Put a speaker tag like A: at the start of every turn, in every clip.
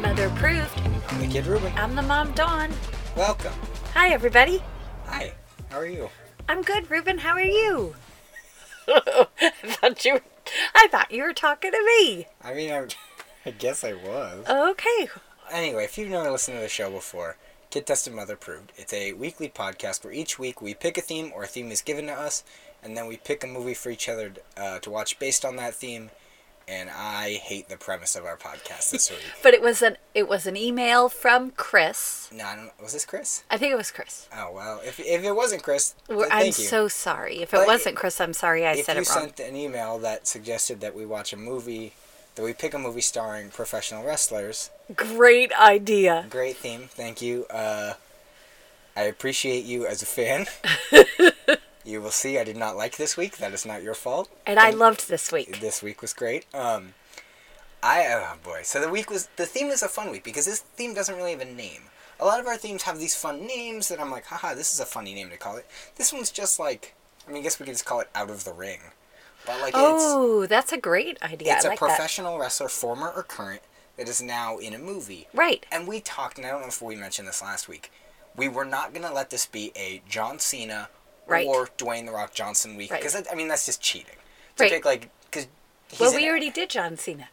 A: Mother approved.
B: I'm the Kid Ruben.
A: I'm the mom, Dawn.
B: Welcome.
A: Hi, everybody.
B: Hi. How are you?
A: I'm good, Ruben. How are you? I thought you. I thought you were talking to me.
B: I mean, I'm, I guess I was.
A: Okay.
B: Anyway, if you've never listened to the show before, Kid Tested Mother Proved. It's a weekly podcast where each week we pick a theme or a theme is given to us, and then we pick a movie for each other uh, to watch based on that theme. And I hate the premise of our podcast this week.
A: But it was an it was an email from Chris.
B: no, I don't, was this Chris?
A: I think it was Chris.
B: Oh well, if, if it wasn't Chris, th-
A: Well,
B: thank
A: I'm
B: you.
A: so sorry. If
B: But
A: it wasn't Chris, I'm sorry I
B: if
A: said
B: you
A: it wrong.
B: sent an email that suggested that we watch a movie, that we pick a movie starring professional wrestlers,
A: Great idea.
B: great theme. Thank you. Uh, I appreciate you as a fan. you will see I did not like this week. That is not your fault.
A: And I
B: Thank-
A: loved this week.
B: This week was great. Um, I oh boy. So the week was the theme is a fun week because this theme doesn't really have a name. A lot of our themes have these fun names that I'm like, haha, this is a funny name to call it. This one's just like, I mean, I guess we could just call it Out of the Ring. But like, it's,
A: Oh, that's a great idea.
B: it's
A: I
B: a
A: like that.
B: professional wrestler, former or current, that is now in a movie.
A: Right.
B: And we talked, and I don't know if we mentioned this last week. We were not going to let this be a John Cena
A: Right.
B: or Dwayne the Rock Johnson week
A: Right.
B: because I mean that's just cheating. To
A: Right.
B: pick like because
A: Well, we already did John Cena.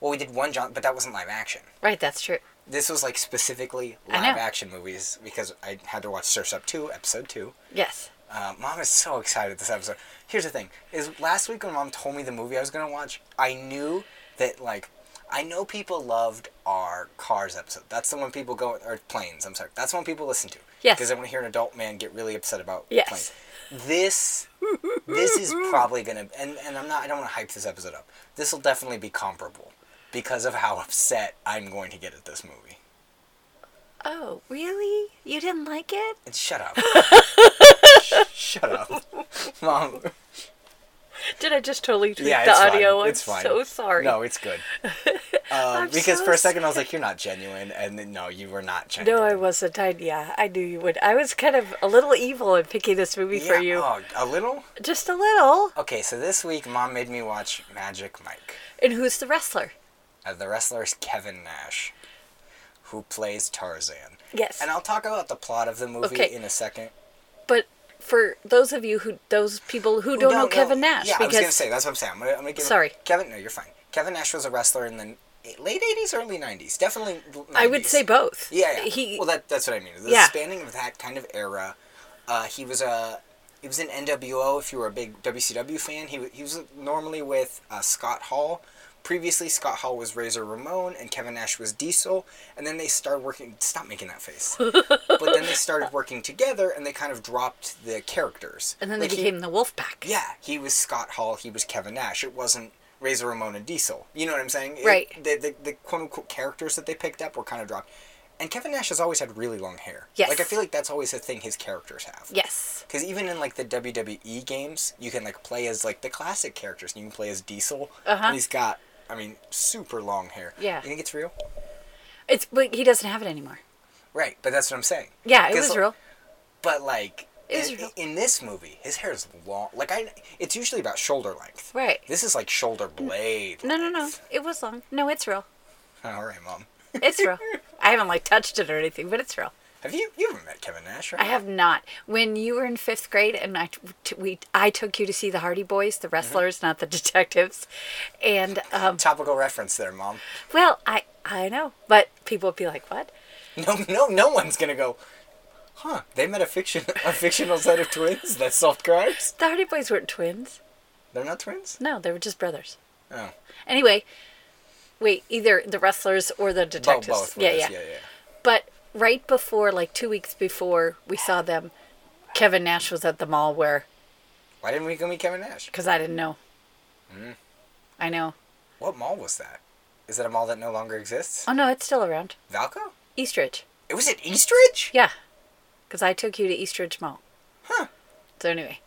B: well we did one John, but that wasn't live action.
A: Right, that's true.
B: This was like specifically
A: I
B: live
A: know.
B: action movies because I had to watch Surf's Up two episode two.
A: Yes.
B: Uh, Mom is so excited this episode. Here's the thing: is last week when Mom told me the movie I was gonna watch, I knew that like I know people loved our Cars episode. That's the one people go or planes. I'm sorry. That's the one people listen to.
A: Yes.
B: Because they want to hear an adult man get really upset about
A: Yes.
B: planes. This this is probably gonna and and I'm not I don't want to hype this episode up. This will definitely be comparable because of how upset I'm going to get at this movie.
A: Oh, really? You didn't like it?
B: And shut up. shut up, Mom.
A: Did I just totally tweak
B: yeah,
A: the
B: it's
A: audio?
B: Fine.
A: I'm
B: it's fine.
A: so sorry.
B: No, it's good. Uh,
A: I'm
B: because
A: so
B: for a second I was like, "You're not genuine," and then, no, you were not genuine.
A: No, I wasn't. I, yeah, I knew you would. I was kind of a little evil in picking this movie
B: Yeah,
A: for you.
B: Oh, a little.
A: Just a little.
B: Okay, so this week, Mom made me watch Magic Mike.
A: And who's the wrestler?
B: Uh, the wrestler is Kevin Nash, who plays Tarzan.
A: Yes.
B: And I'll talk about the plot of the movie
A: Okay.
B: in a second.
A: But for those of you who, those people who don't know Kevin Nash,
B: Yeah, I
A: because
B: was gonna say that's what I'm saying. I'm gonna, I'm gonna give
A: Sorry.
B: Kevin. No, you're fine. Kevin Nash was a wrestler in the late '80s, early '90s. Definitely. 90s.
A: I would say both.
B: Yeah, yeah.
A: He.
B: well, that, that's what I mean. The
A: Yeah.
B: spanning of that kind of era, uh, he was a he was in NWO. If you were a big WCW fan, he wa- he was normally with uh, Scott Hall. Previously, Scott Hall was Razor Ramon, and Kevin Nash was Diesel. And then they started working. Stop making that face. but then they started working together, and they kind of dropped the characters.
A: and then they
B: Like, he-
A: became the Wolfpack.
B: yeah, he was Scott Hall. He was Kevin Nash. It wasn't Razor Ramon and Diesel. You know what I'm saying? It-
A: Right.
B: the, the the quote unquote characters that they picked up were kind of dropped. And Kevin Nash has always had really long hair.
A: Yes.
B: Like I feel like that's always a thing his characters have.
A: Yes.
B: Because even in like the WWE games, you can like play as like the classic characters. You can play as Diesel.
A: Uh-huh.
B: And he's got, I mean, super long hair.
A: Yeah.
B: You think it's real?
A: It's but he doesn't have it anymore.
B: Right, but that's what I'm saying.
A: Yeah, it
B: 'Cause,
A: was
B: like,
A: real.
B: But like
A: It was
B: in,
A: real.
B: in this movie, his hair is long. Like I, it's usually about shoulder length.
A: Right.
B: This is like shoulder blade.
A: Mm. No, no, no.
B: length.
A: It was long. No, it's real.
B: All right, mom.
A: It's real. I haven't like touched it or anything, but it's real.
B: Have you you haven't met Kevin Nash? Right?
A: I have not. When you were in fifth grade, and I t- t- we I took you to see the Hardy Boys,
B: Mm-hmm.
A: the wrestlers, not the detectives, and um,
B: Topical reference there, mom.
A: well, I I know, but people would be like, "What?"
B: No, no, no one's gonna go. Huh? They met a fiction a fictional set of twins that solved crimes.
A: The Hardy Boys weren't twins.
B: They're not twins.
A: No, they were just brothers.
B: Oh,
A: Anyway, wait, either the wrestlers or the
B: Bo-
A: detectives.
B: both.
A: yeah,
B: brothers.
A: yeah,
B: yeah,
A: But right before, like two weeks before we saw them, Kevin Nash was at the mall where
B: Why didn't we go meet Kevin Nash?
A: because I didn't know.
B: Mm-hmm.
A: I know.
B: What mall was that? Is that a mall that no longer exists?
A: Oh no, it's still around.
B: Valco?
A: Eastridge.
B: It was at Eastridge.
A: Yeah, because I took you to Eastridge Mall.
B: Huh.
A: So anyway,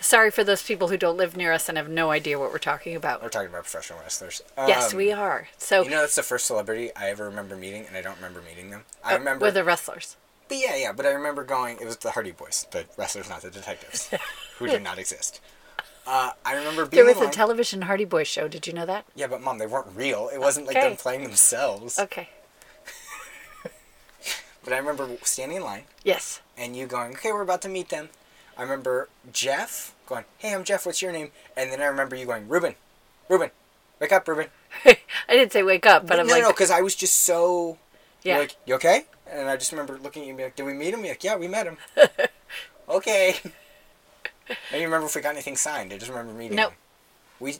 A: sorry for those people who don't live near us and have no idea what we're talking
B: We're
A: about.
B: talking about professional wrestlers.
A: yes,
B: Um,
A: we are. So
B: You know, that's the first celebrity I ever remember meeting, and I don't remember meeting them. I remember.
A: we're the wrestlers.
B: But yeah, yeah, but I remember going. It was the Hardy Boys, the wrestlers, not the detectives, who did not exist. Uh, I remember being.
A: There was a
B: like-
A: television Hardy Boy show. Did you know that?
B: yeah, but mom, they weren't real. It wasn't like them
A: Okay.
B: playing themselves.
A: Okay.
B: But I remember standing in line
A: Yes.
B: and you going, okay, we're about to meet them. I remember Jeff going, hey, I'm Jeff, what's your name? And then I remember you going, Ruben, Ruben, wake up, Ruben.
A: I didn't say wake up, but I'm
B: no,
A: like,
B: no, because I was just so
A: yeah.
B: like, you okay? And I just remember looking at you and be like, did we meet him? You're like, yeah, we met him. okay. I don't remember if we got anything signed. I just remember meeting
A: Nope.
B: him. We,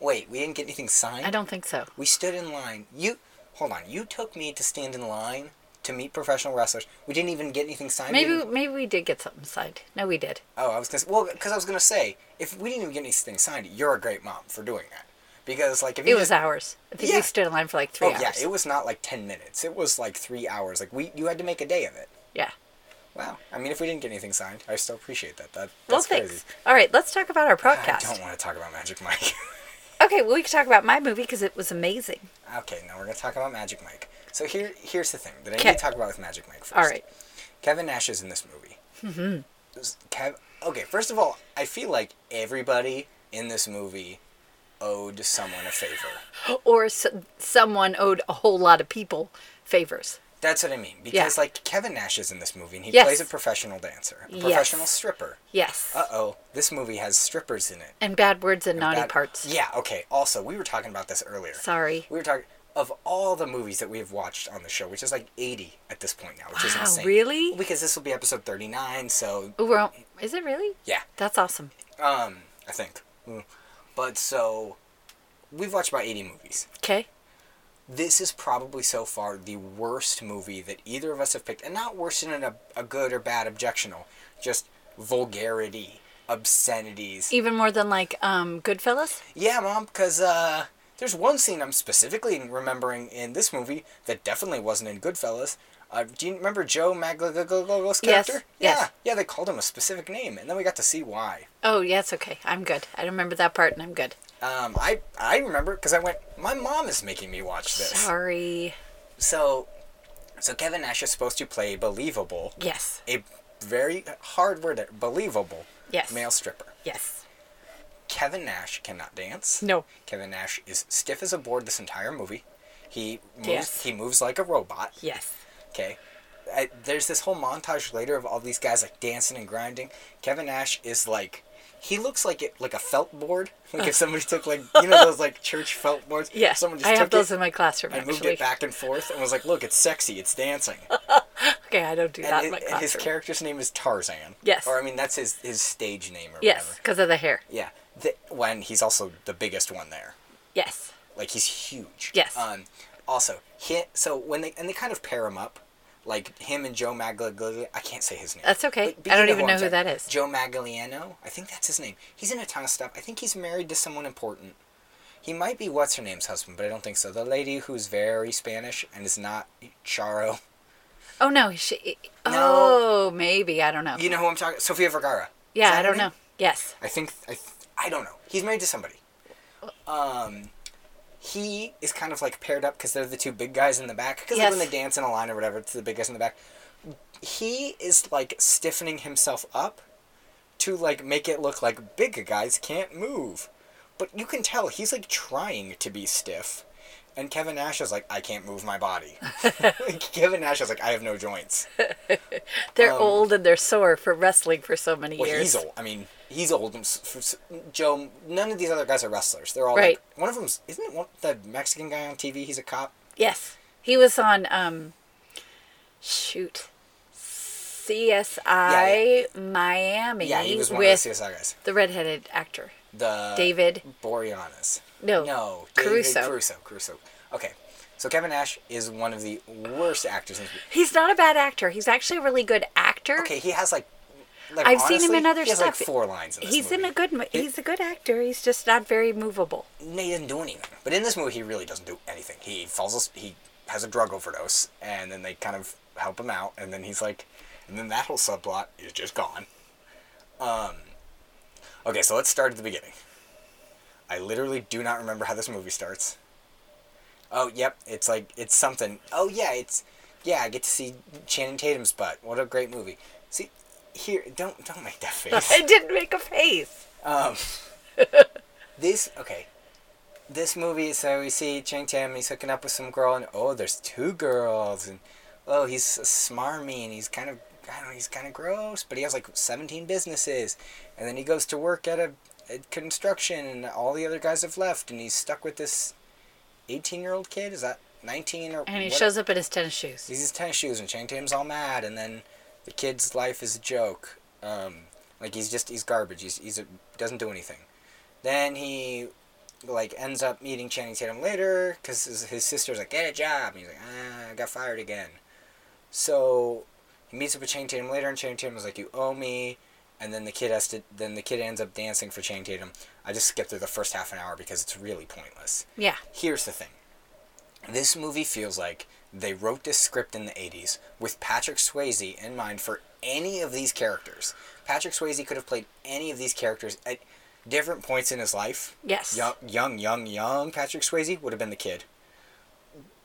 B: wait, we didn't get anything signed?
A: I don't think so.
B: We stood in line. You, hold on, you took me to stand in line to meet professional wrestlers. We didn't even get anything signed. We
A: Maybe
B: didn't-
A: maybe we did get something signed. No, we did.
B: Oh, I was gonna. Well, because I was gonna say, if we didn't even get anything signed, you're a great mom for doing that. Because like if
A: It
B: you
A: was
B: just,
A: hours. I think
B: Yeah.
A: we stood in line for like three
B: oh
A: hours.
B: yeah, it was not like ten minutes. It was like three hours. Like we, you had to make a day of it.
A: Yeah.
B: Wow. I mean, if we didn't get anything signed, I still appreciate that. That
A: Well,
B: that's
A: thanks.
B: crazy.
A: All right, let's talk about our
B: I
A: podcast.
B: don't want to talk about Magic Mike.
A: Okay, well, we can talk about my movie because it was amazing.
B: okay, now we're gonna talk about Magic Mike. So here, here's the thing that I
A: Okay.
B: need to talk about with Magic Mike first.
A: All right.
B: Kevin Nash is in this movie. Mm-hmm. Kev- okay, first of all, I feel like everybody in this movie owed someone a favor.
A: Or s someone owed a whole lot of people favors.
B: That's what I mean. Because,
A: Yeah.
B: like, Kevin Nash is in this movie, and he
A: Yes.
B: plays a professional dancer, a
A: Yes.
B: professional stripper.
A: Yes.
B: Uh oh, this movie has strippers in it.
A: and bad words and naughty
B: That-
A: parts.
B: Yeah, okay. Also, we were talking about this earlier.
A: Sorry.
B: We were talking. Of all the movies that we have watched on the show, which is like 80 at this point now, which is
A: Wow,
B: insane.
A: really?
B: Because this will be episode 39, so
A: Ooh, we're on- is it really?
B: yeah.
A: That's awesome.
B: Um, I think. Mm. But so, we've watched about 80 movies.
A: Okay.
B: This is probably so far the worst movie that either of us have picked, and not worse in a, a good or bad objectional, just vulgarity, obscenities.
A: Even more than like um, Goodfellas?
B: Yeah, Mom, because uh, there's one scene I'm specifically remembering in this movie that definitely wasn't in Goodfellas. Uh, do you remember Joe Magliagogogo's
A: Yes,
B: character?
A: yes.
B: Yeah, yeah, they called him a specific name, and then we got to see why.
A: Oh, yeah, it's okay. I'm good. I remember that part and I'm good.
B: Um, I I remember because I went. My mom is making me watch this.
A: Sorry.
B: So, so Kevin Nash is supposed to play believable,
A: Yes.
B: a very hard word, believable
A: Yes.
B: male stripper.
A: Yes.
B: Kevin Nash cannot dance.
A: No.
B: Kevin Nash is stiff as a board this entire movie. He moves,
A: Yes.
B: he moves like a robot.
A: Yes.
B: Okay. I, there's this whole montage later of all these guys like dancing and grinding. Kevin Nash is like, he looks like it like a felt board. Like if somebody took like you know those like church felt boards.
A: Yes.
B: Someone just
A: I
B: took
A: have those
B: it
A: in my classroom,
B: and
A: actually.
B: moved it back and forth and was like, look, it's sexy, it's dancing.
A: Okay, I don't do that
B: and, hi-
A: in my
B: and
A: classroom.
B: his character's name is Tarzan.
A: Yes.
B: Or I mean, that's his his stage name or
A: yes,
B: whatever.
A: because of the hair.
B: Yeah. The, when he's also the biggest one there.
A: Yes.
B: Like he's huge.
A: Yes.
B: Um, also, he, so when they and they kind of pair him up, like him and Joe Magliano. I can't say his name.
A: That's okay.
B: But- but
A: I
B: you
A: don't even
B: I'm
A: know who
B: talking-
A: that is.
B: Joe Magliano. I think that's his name. He's in a ton of stuff. I think he's married to someone important. He might be what's her name's husband, but I don't think so. The lady who's very Spanish and is not Charo.
A: Oh, no. She,
B: No.
A: Oh, maybe. I don't know.
B: You know who I'm talking? Sofia Vergara. Is
A: yeah,
B: that her
A: I don't
B: name?
A: know. Yes.
B: I think I, th- I don't know. He's married to somebody. Um, he is kind of like paired up because they're the two big guys in the back. Because like when
A: Yes.
B: they dance in a line or whatever, it's the big guys in the back. He is like stiffening himself up to like make it look like big guys can't move, but you can tell he's like trying to be stiff. And Kevin Nash is like, I can't move my body. Kevin Nash is like, I have no joints.
A: They're old and they're sore for wrestling for so many
B: Um, Well,
A: years.
B: he's old. I mean, he's old. And s- s- Joe, none of these other guys are wrestlers. They're all
A: Right.
B: like, one of them's isn't it one, the Mexican guy on TV? He's a cop.
A: Yes. He was on um shoot. CSI Miami
B: Yeah, he was one
A: with
B: of the CSI guys.
A: the redheaded actor.
B: The
A: David
B: Boreanaz.
A: No,
B: no,
A: Caruso.
B: Crusoe, Crusoe. Okay, so Kevin Nash is one of the worst actors. in this movie.
A: He's not a bad actor. He's actually a really good actor.
B: Okay, he has like, like
A: I've seen him
B: honestly,
A: in other
B: he has, Like
A: stuff.
B: four lines in this
A: He's in
B: movie.
A: a good mo- he's a good actor. He's just not very movable.
B: he doesn't do anything. But in this movie, he really doesn't do anything. He falls. as- He has a drug overdose, and then they kind of help him out, and then he's like, and then that whole subplot is just gone. Um, okay, so let's start at the beginning. I literally do not remember how this movie starts. Oh, yep, it's like it's something. Oh yeah, it's yeah. I get to see Channing Tatum's butt. What a great movie. See, here, don't don't make that face.
A: I didn't make a face.
B: Um, this okay. This movie, so we see Chang Tam. He's hooking up with some girl, and oh, there's two girls, and oh, he's smarmy and he's kind of, I don't know, he's kind of gross, but he has like 17 businesses. And then he goes to work at a at construction and all the other guys have left and he's stuck with this 18 year old kid. Is that 19 or
A: And he
B: what-
A: shows up in his tennis shoes.
B: He's his tennis shoes and Chang Tam's all mad and then the kid's life is a joke. Um, like he's just he's garbage. He's he's a, doesn't do anything. Then he like ends up meeting Channing Tatum later because his, his sister's like get a job and he's like ah I got fired again. So he meets up with Channing Tatum later and Channing Tatum is like you owe me. And then the kid has to. Then the kid ends up dancing for Channing Tatum. I just skipped through the first half an hour because it's really pointless
A: Yeah.
B: here's the thing this movie feels like they wrote this script in the 80s with Patrick Swayze in mind for any of these characters. Patrick Swayze could have played any of these characters at different points in his life.
A: Yes.
B: Young, young, young, young Patrick Swayze would have been the kid.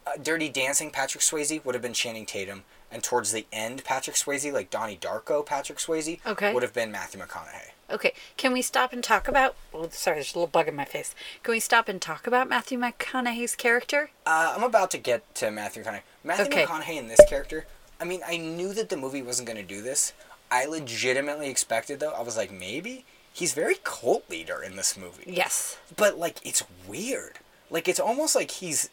B: Uh, Dirty Dancing Patrick Swayze would have been Channing Tatum. And towards the end, Patrick Swayze, like Donnie Darko Patrick Swayze,
A: Okay.
B: would have been Matthew McConaughey.
A: Okay. Can we stop and talk about? Oh, sorry, there's a little bug in my face. Can we stop and talk about Matthew McConaughey's character?
B: Uh, I'm about to get to Matthew McConaughey. Matthew
A: Okay.
B: McConaughey in this character. I mean, I knew that the movie wasn't going to do this. I legitimately expected though. I was like, maybe he's very cult leader in this movie.
A: Yes.
B: But like, it's weird. Like, it's almost like he's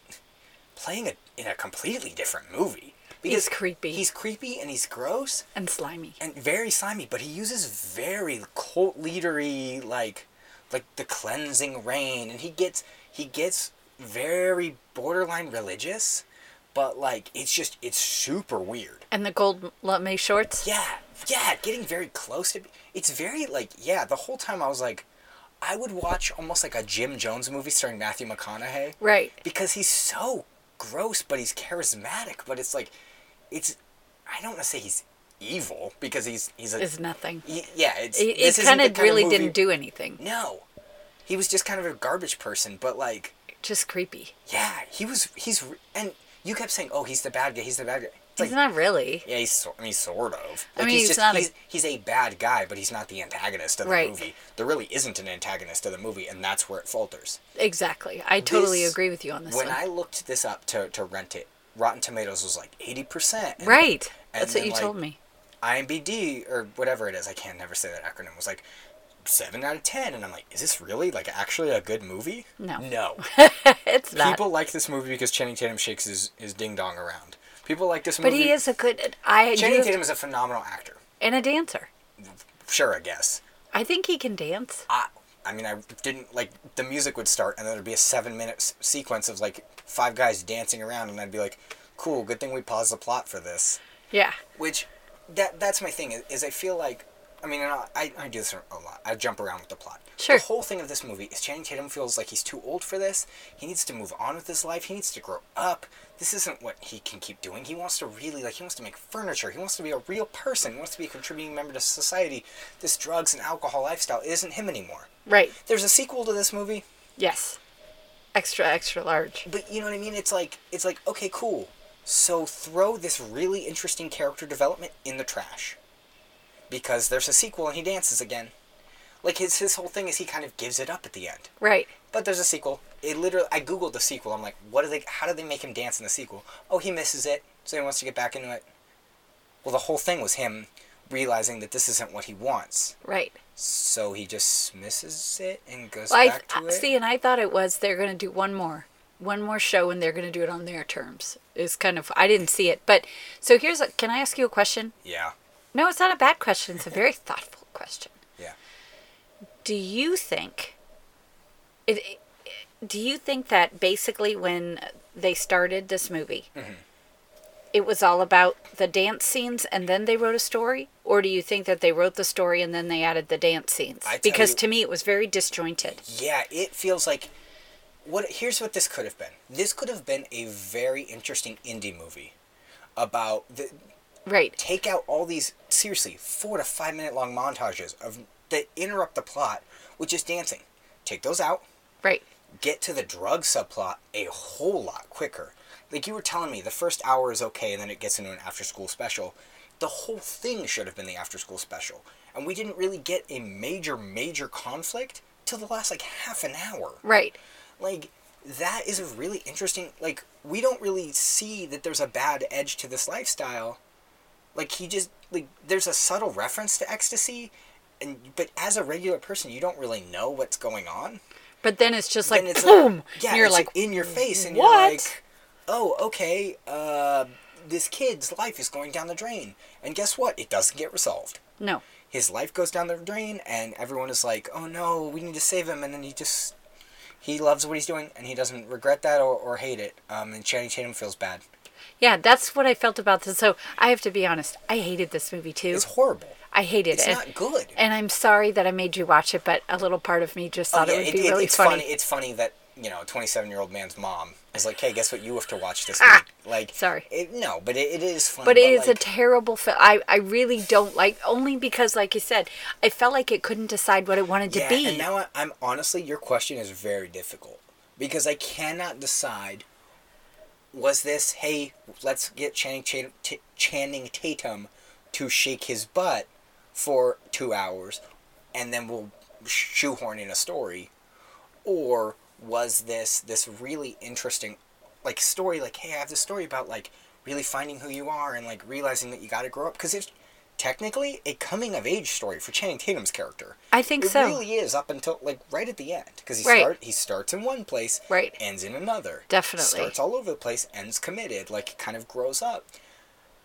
B: playing a, in a completely different movie.
A: He's creepy.
B: He's creepy and he's gross
A: And slimy.
B: and very slimy, but he uses very cult leadery like like the cleansing rain and he gets he gets very borderline religious, but like it's just it's super weird.
A: And the gold lame shorts.
B: Yeah. Yeah, getting very close to it's very like yeah, the whole time I was like I would watch almost like a Jim Jones movie starring Matthew McConaughey
A: Right.
B: because he's so gross but he's charismatic, but it's like it's I don't want to say he's evil because he's he's a
A: Is nothing.
B: Y- yeah, it's
A: It,
B: this
A: it
B: isn't
A: kind
B: the
A: of really
B: movie-
A: didn't do anything.
B: No, he was just kind of a garbage person. But like,
A: Just creepy.
B: yeah, he was. He's re- and you kept saying, "Oh, he's the bad guy. He's the bad guy." It's like,
A: He's not really.
B: yeah, he's. so- I mean, sort of.
A: I mean, he's
B: just,
A: not a-
B: He's, he's a bad guy, but he's not the antagonist of the
A: Right.
B: movie. There really isn't an antagonist of the movie, and that's where it falters.
A: Exactly. I totally
B: This-
A: agree with you on this
B: when
A: one.
B: I looked this up to to rent it, Rotten Tomatoes was like eighty percent.
A: right.
B: and
A: That's what
B: then,
A: you
B: like,
A: told me.
B: IMBD or whatever it is. I can never say that acronym. Was like seven out of ten, and I'm like, is this really like actually a good movie?
A: No.
B: No.
A: It's not.
B: People like this movie because Channing Tatum shakes his, his ding dong around. People like this movie.
A: but he is a good. I
B: Channing
A: you-
B: Tatum is a phenomenal actor.
A: and a dancer.
B: Sure, I guess.
A: I think he can dance.
B: I I mean, I didn't like the music would start, and then there'd be a seven minute s- sequence of like five guys dancing around, and I'd be like, cool. Good thing we paused the plot for this.
A: Yeah.
B: which that that's my thing is, is I feel like I mean and I, I I do this a lot. I jump around with the plot.
A: Sure.
B: The whole thing of this movie is Channing Tatum feels like he's too old for this. He needs to move on with his life. He needs to grow up. This isn't what he can keep doing. He wants to really like he wants to make furniture. He wants to be a real person. He wants to be a contributing member to society. This drugs and alcohol lifestyle isn't him anymore.
A: Right.
B: There's a sequel to this movie,
A: Yes. Extra extra large.
B: but you know what I mean? It's like it's like okay, cool. So throw this really interesting character development in the trash. Because there's a sequel and he dances again. Like his his whole thing is he kind of gives it up at the end.
A: Right.
B: But there's a sequel. It literally I googled the sequel. I'm like, what do they how do they make him dance in the sequel? Oh, he misses it. So he wants to get back into it. Well, the whole thing was him realizing that this isn't what he wants.
A: Right.
B: So he just misses it and goes
A: Well, I
B: back to
A: I-
B: it.
A: uh, see, and I thought it was they're going to do one more, one more show, and they're going to do it on their terms. Is kind of I didn't see it, but so here's a, can I ask you a question?
B: Yeah.
A: No, it's not a bad question. It's a very thoughtful question.
B: Yeah.
A: Do you think? It, it- do you think that basically when they started this movie,
B: Mm-hmm.
A: it was all about the dance scenes, and then they wrote a story, or do you think that they wrote the story and then they added the dance scenes?
B: I tell
A: Because
B: you-
A: to me, it was very disjointed.
B: Yeah, it feels like what here's what this could have been. This could have been a very interesting indie movie about the
A: Right.
B: take out all these seriously 4 to 5 minute long montages of that interrupt the plot with just dancing. Take those out,
A: Right.
B: get to the drug subplot a whole lot quicker. Like you were telling me the first hour is okay and then it gets into an after school special. The whole thing should have been the after school special. And we didn't really get a major major conflict till the last like half an hour
A: Right.
B: like that is a really interesting like we don't really see that there's a bad edge to this lifestyle. Like he just like there's a subtle reference to ecstasy, and but as a regular person, you don't really know what's going on.
A: But then it's just like
B: And it's
A: boom.
B: like yeah,
A: you're
B: it's
A: like,
B: in your face, and
A: "What?"
B: you're like, oh okay, uh, this kid's life is going down the drain, and guess what? It doesn't get resolved.
A: no.
B: His life goes down the drain, and everyone is like, oh no, we need to save him, and then he just he loves what he's doing, and he doesn't regret that or, or hate it. Um, and Channing Tatum feels bad.
A: Yeah, that's what I felt about this. So I have to be honest. I hated this movie too.
B: It's horrible.
A: I hated
B: It's
A: it.
B: not good.
A: And I'm sorry that I made you watch it, but a little part of me just thought
B: Oh, Yeah,
A: it would
B: it-
A: be
B: it-
A: really
B: it's
A: funny.
B: It's funny that you know, a 27 year old man's mom is like, "Hey, guess what? You have to watch this." week." Like,
A: Ah. Sorry.
B: It, no, but it, it is funny.
A: But it is a
B: like,
A: terrible film. I, I really don't like only because, like you said, I felt like it couldn't decide what it wanted to
B: yeah,
A: be.
B: And now I, I'm honestly, your question is very difficult because I cannot decide. Was this hey? Let's get Channing Tatum, T- Channing Tatum to shake his butt for two hours, and then we'll shoehorn in a story, or was this this really interesting, like story? Like hey, I have this story about like really finding who you are and like realizing that you got to grow up because it's technically a coming of age story for Channing Tatum's character.
A: I think
B: It
A: so.
B: really is up until like right at the end because he
A: Right.
B: start he starts in one place,
A: Right.
B: ends in another.
A: Definitely.
B: starts all over the place, ends committed, like kind of grows up.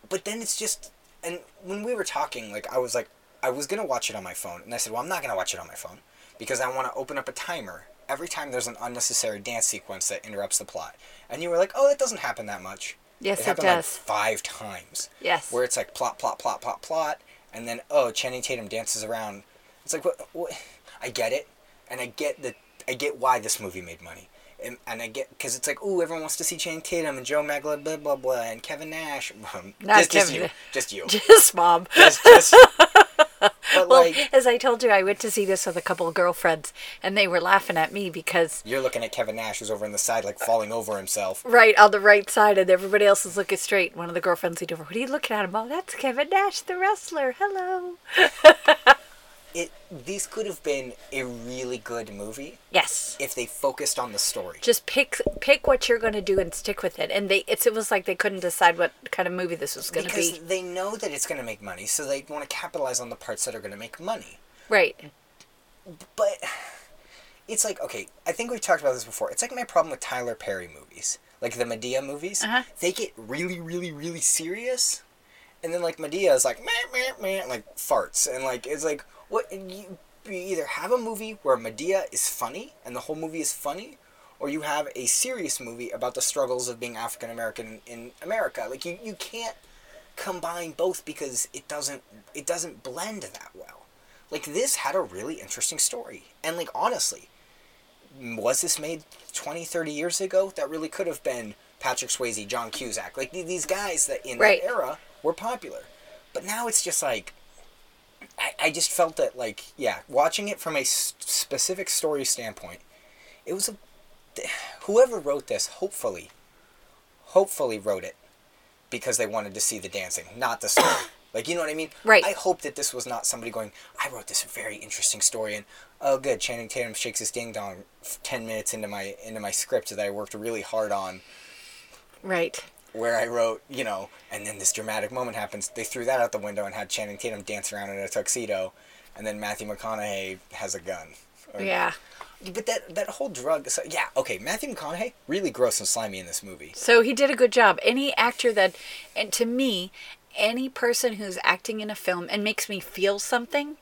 B: But then it's just and when we were talking, like I was like I was gonna watch it on my phone, and I said, well, I'm not gonna watch it on my phone because I want to open up a timer every time there's an unnecessary dance sequence that interrupts the plot. And you were like, oh, that doesn't happen that much.
A: Yes, it
B: happened
A: does.
B: Like five times
A: yes.
B: where it's like plot, plot, plot, plot, plot, and then oh, Channing Tatum dances around. It's like what? what I get it, and I get the I get why this movie made money, and, and I get because it's like oh, everyone wants to see Channing Tatum and Joe Magla, blah blah blah, and Kevin Nash. Um,
A: Not
B: just, just
A: Kevin
B: you,
A: Na-
B: just you,
A: Just mom.
B: just, just you. But
A: Well,
B: like
A: as I told you, I went to see this with a couple of girlfriends, and they were laughing at me because
B: you're looking at Kevin Nash who's over on the side like falling over himself.
A: right on the right side, and everybody else is looking straight. One of the girlfriends leaned over. What are you looking at him? Oh, that's Kevin Nash, the wrestler. Hello.
B: It these could have been a really good movie
A: Yes.
B: if they focused on the story.
A: Just pick pick what you're going to do and stick with it. And they it's, it was like they couldn't decide what kind of movie this was going to
B: because
A: be.
B: they know that it's going to make money, so they want to capitalize on the parts that are going to make money.
A: Right.
B: But it's like okay, I think we've talked about this before. It's like my problem with Tyler Perry movies, like the Medea movies.
A: Uh-huh.
B: They get really, really, really serious, and then like Medea is like meh, meh, meh, and, like farts, and like it's like what you, you either have a movie where Medea is funny and the whole movie is funny. Or you have a serious movie about the struggles of being African American in America. Like you, you can't combine both because it doesn't it doesn't blend that well. Like this had a really interesting story. And like honestly, was this made 20, 30 years ago? That really could have been Patrick Swayze, John Cusack. Like th- these guys that in
A: Right.
B: that era were popular. But now it's just like I, I just felt that like yeah, watching it from a s- specific story standpoint, it was a whoever wrote this hopefully hopefully wrote it because they wanted to see the dancing, not the story. like you know what I mean?
A: Right.
B: I hope that this was not somebody going, I wrote this very interesting story and oh good, Channing Tatum shakes his ding dong f- ten minutes into my into my script that I worked really hard on
A: Right.
B: where I wrote, you know, and then this dramatic moment happens. They threw that out the window and had Channing Tatum dance around in a tuxedo and then Matthew McConaughey has a gun. Or-
A: Yeah.
B: But that that whole drug so, yeah, okay, Matthew McConaughey really gross and slimy in this movie.
A: So he did a good job. Any actor that, and to me, any person who's acting in a film and makes me feel something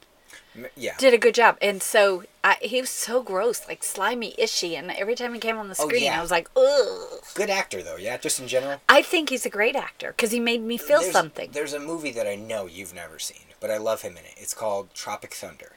B: M- Yeah.
A: did a good job. And so I, he was so gross, like slimy, ishy. And every time he came on the screen,
B: Oh, yeah.
A: I was like, ugh.
B: Good actor though, yeah, just in general.
A: I think he's a great actor because he made me feel
B: there's,
A: something.
B: There's a movie that I know you've never seen, but I love him in it. It's called Tropic Thunder.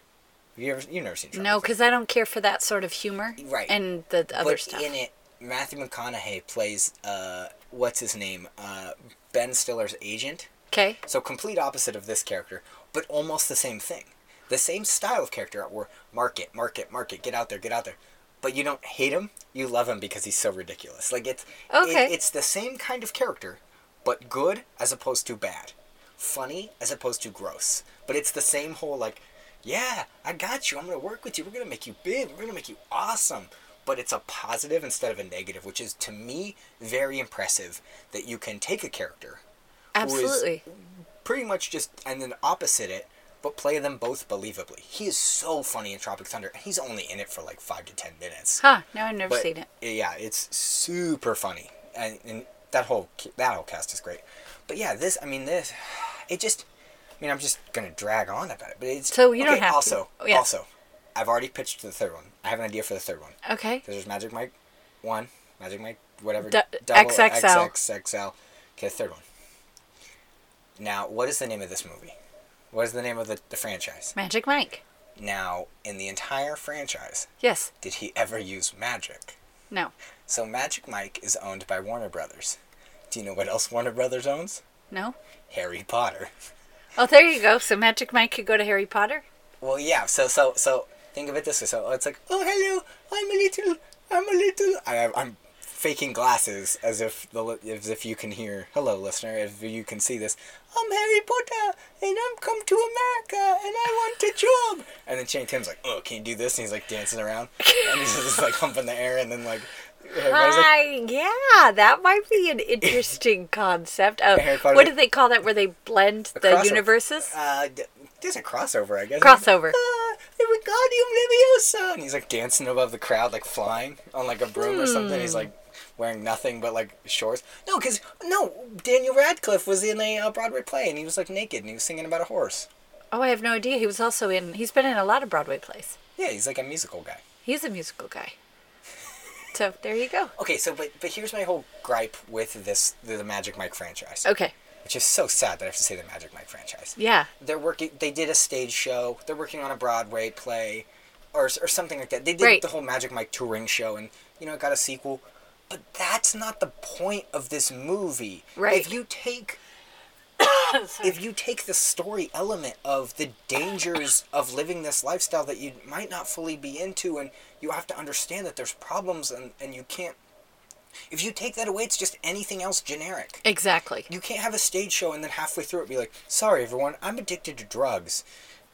B: Have you ever you've never seen Tropic
A: No,
B: Thunder?
A: because I don't care for that sort of humor
B: Right.
A: and the other
B: but
A: stuff.
B: in it, Matthew McConaughey plays uh, what's his name? Uh, ben Stiller's agent.
A: Okay.
B: So complete opposite of this character, but almost the same thing. The same style of character where market, market, market, get out there, get out there. But you don't hate him, you love him because he's so ridiculous. Like it's it-
A: Okay.
B: it's the same kind of character, but good as opposed to bad. Funny as opposed to gross. But it's the same whole like, yeah, I got you, I'm gonna work with you, we're gonna make you big, we're gonna make you awesome. but it's a positive instead of a negative, which is to me very impressive that you can take a character
A: Absolutely.
B: pretty much just and then opposite it, but play them both believably. He is so funny in Tropic Thunder. He's only in it for like five to ten minutes.
A: Huh? No, I've never
B: But,
A: seen it.
B: Yeah, it's super funny, and, and that whole that whole cast is great. But yeah, this I mean this, it just I mean I'm just gonna drag on about it, but it's
A: So you don't
B: okay,
A: have to.
B: also
A: Yeah.
B: also I've already pitched the third one. I have an idea for the third one.
A: Okay.
B: Because there's Magic Mike one, Magic Mike whatever
A: Du-
B: double,
A: XXL.
B: XXXL. Okay, third one. Now, what is the name of this movie? What is the name of the, the franchise?
A: Magic Mike.
B: Now, in the entire franchise,
A: Yes.
B: did he ever use magic?
A: No.
B: So Magic Mike is owned by Warner Brothers. Do you know what else Warner Brothers owns?
A: No.
B: Harry Potter.
A: Oh, there you go. So Magic Mike could go to Harry Potter.
B: Well, yeah. So, so, so. Think of it this way. So it's like, oh, hello. I'm a little. I'm a little. I, I'm faking glasses as if the li- as if you can hear. Hello, listener. If you can see this, I'm Harry Potter, and I'm come to America, and I want a job. And then Channing Tim's like, oh, can you do this? And he's like dancing around, and he's just like humping the air, and then like. everybody's like,
A: Hi. yeah, that might be an interesting concept. Oh,
B: Harry Potter-
A: what do they call that? Where they blend the
B: crossover.
A: universes?
B: Uh, d- there's a crossover, I guess.
A: Crossover.
B: Ah, Wingardium Leviosa! And he's like dancing above the crowd, like flying on like a broom or something.
A: Hmm.
B: He's like wearing nothing but like shorts. No, because no, Daniel Radcliffe was in a uh, Broadway play and he was like naked and he was singing about a horse.
A: Oh, I have no idea. He was also in. He's been in a lot of Broadway plays.
B: Yeah, he's like a musical guy.
A: He's a musical guy. So there you go.
B: Okay, so but but here's my whole gripe with this the, the Magic Mike franchise,
A: Okay.
B: which is so sad that I have to say the Magic Mike franchise.
A: Yeah.
B: they're working they did a stage show they're working on a broadway play or, or something like that they did
A: Right.
B: the whole magic mike touring show and you know it got a sequel but that's not the point of this movie
A: Right.
B: if you take if you take the story element of the dangers of living this lifestyle that you might not fully be into and you have to understand that there's problems and, and you can't if you take that away it's just anything else generic
A: Exactly.
B: you can't have a stage show and then halfway through it be like, "Sorry everyone, I'm addicted to drugs."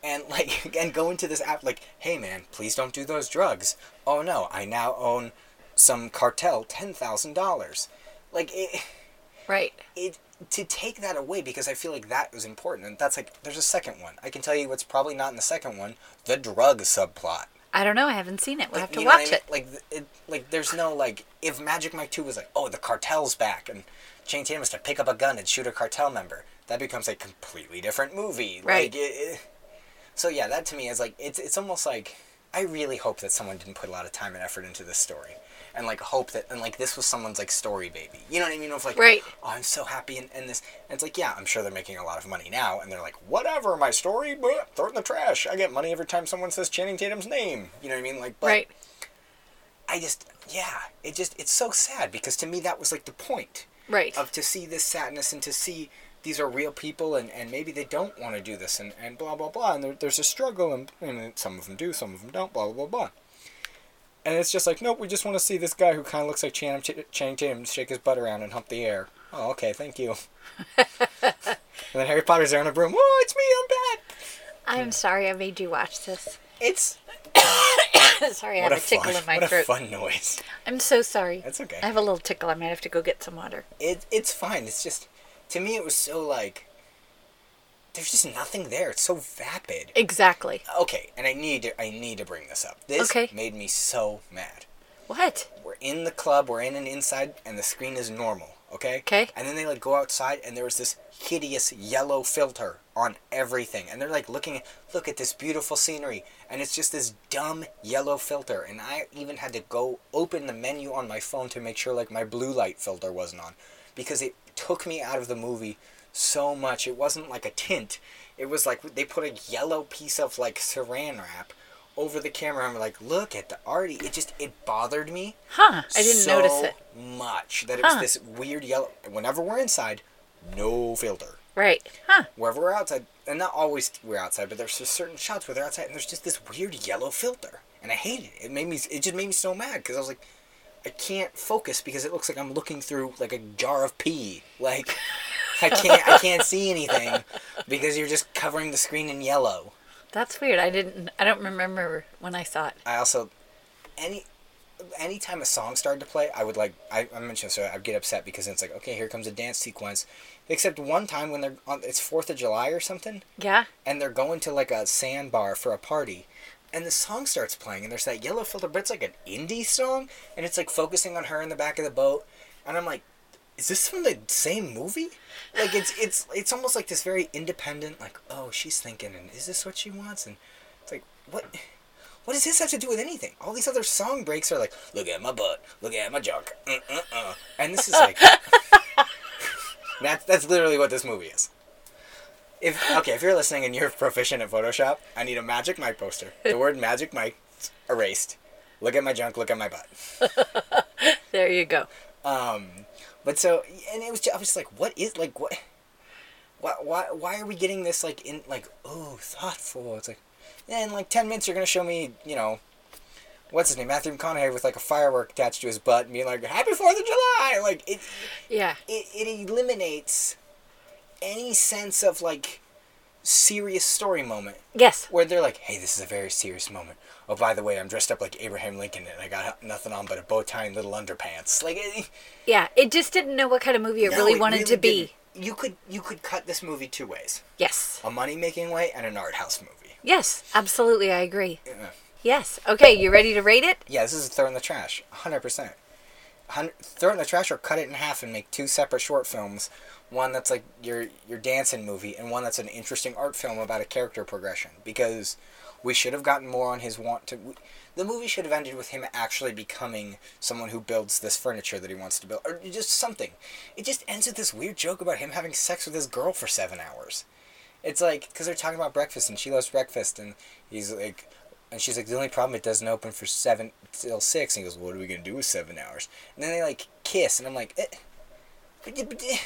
B: And like and go into this app like, "Hey man, please don't do those drugs." Oh no, I now own some cartel $10,000. Like it
A: Right.
B: it to take that away because I feel like that was important. And that's like there's a second one. I can tell you what's probably not in the second one, the drug subplot.
A: I don't know. I haven't seen it. We'll have to
B: You know what I
A: watch
B: mean?
A: it.
B: Like th- it, like there's no like if Magic Mike Two was like, oh, the cartel's back, and Chain Tatum has to pick up a gun and shoot a cartel member, that becomes a completely different movie.
A: Right.
B: Like, it, it- so yeah, that to me is like it's it's almost like I really hope that someone didn't put a lot of time and effort into this story. And like hope that and like this was someone's like story baby. You know what I mean? Of like
A: Right.
B: oh I'm so happy and, and this and it's like, yeah, I'm sure they're making a lot of money now and they're like, Whatever, my story, but throw it in the trash. I get money every time someone says Channing Tatum's name. You know what I mean? Like but
A: Right.
B: I just, yeah, it just, it's so sad because to me that was like the point
A: Right.
B: of to see this sadness and to see these are real people and, and maybe they don't want to do this and, and blah, blah, blah. And there, there's a struggle and, and some of them do, some of them don't, blah, blah, blah, blah. And it's just like, nope, we just want to see this guy who kind of looks like Channing Ch- Channing Tatum shake his butt around and hump the air. Oh, okay, thank you. and then Harry Potter's there in a broom. Oh, it's me, I'm back.
A: I'm sorry I made you watch this.
B: It's
A: sorry, I
B: what
A: have
B: a,
A: a tickle
B: fun,
A: in my
B: what a
A: throat.
B: fun noise.
A: I'm so sorry.
B: That's okay.
A: I have a little tickle. I might have to go get some water.
B: it, it's fine. It's just to me it was so like there's just nothing there. It's so vapid.
A: Exactly.
B: Okay, and I need to I need to bring this up. This
A: Okay.
B: made me so mad.
A: What?
B: We're in the club, we're in and inside and the screen is normal, okay?
A: Okay.
B: And then they like go outside and there was this hideous yellow filter on everything. And they're like looking look at this beautiful scenery and it's just this dumb yellow filter and I even had to go open the menu on my phone to make sure like my blue light filter wasn't on because it took me out of the movie so much. It wasn't like a tint. It was like they put a yellow piece of like saran wrap over the camera and were like, look at the arty. It just it bothered me
A: Huh? I didn't
B: so
A: notice it.
B: much that it
A: Huh.
B: was this weird yellow. Whenever we're inside, no filter.
A: Right. Huh?
B: Wherever we're outside, and not always we're outside, but there's just certain shots where they're outside, and there's just this weird yellow filter, and I hated it. It made me. It just made me so mad because I was like, I can't focus because it looks like I'm looking through like a jar of pee. Like I can't. I can't see anything because you're just covering the screen in yellow.
A: That's weird. I didn't. I don't remember when I saw it.
B: I also any anytime a song started to play, I would like I, I mentioned so I'd get upset because it's like okay, here comes a dance sequence. Except one time when they're on it's Fourth of July or something,
A: Yeah.
B: and they're going to like a sandbar for a party, and the song starts playing, and there's that yellow filter, but it's like an indie song, and it's like focusing on her in the back of the boat, and I'm like, is this from the same movie? Like it's it's it's almost like this very independent, like oh she's thinking, and is this what she wants? And it's like what. What does this have to do with anything? All these other song breaks are like, look at my butt, look at my junk, uh, uh, uh. and this is like, that's that's literally what this movie is. If okay, if you're listening and you're proficient at Photoshop, I need a Magic Mike poster. The word Magic Mike erased. Look at my junk. Look at my butt.
A: There you go.
B: Um, but so and it was just, I was just like, what is like what? Why, why, why are we getting this like in like oh thoughtful? It's like, yeah, in like ten minutes you're gonna show me you know, what's his name Matthew McConaughey with like a firework attached to his butt and being like Happy Fourth of July like it
A: Yeah.
B: it, it eliminates any sense of like serious story moment
A: Yes.
B: where they're like, hey, this is a very serious moment. Oh, by the way, I'm dressed up like Abraham Lincoln and I got nothing on but a bow tie and little underpants. Like, it,
A: Yeah. It just didn't know what kind of movie it
B: no,
A: really wanted to be.
B: didn't. You could you could cut this movie two ways:
A: Yes.
B: a money making way and an art house movie.
A: Yes. Absolutely. I agree.
B: Yeah.
A: Yes. Okay. You ready to rate it?
B: Yeah, this is a throw in the trash, hundred percent. Throw it in the trash or cut it in half and make two separate short films. One that's like your your dancing movie, and one that's an interesting art film about a character progression. Because we should have gotten more on his want to. The movie should have ended with him actually becoming someone who builds this furniture that he wants to build, or just something. It just ends with this weird joke about him having sex with his girl for seven hours. It's like because they're talking about breakfast and she loves breakfast and he's like, and she's like the only problem it doesn't open for seven till six and he goes what are we gonna do with seven hours and then they like kiss and I'm like, eh, but, but, eh,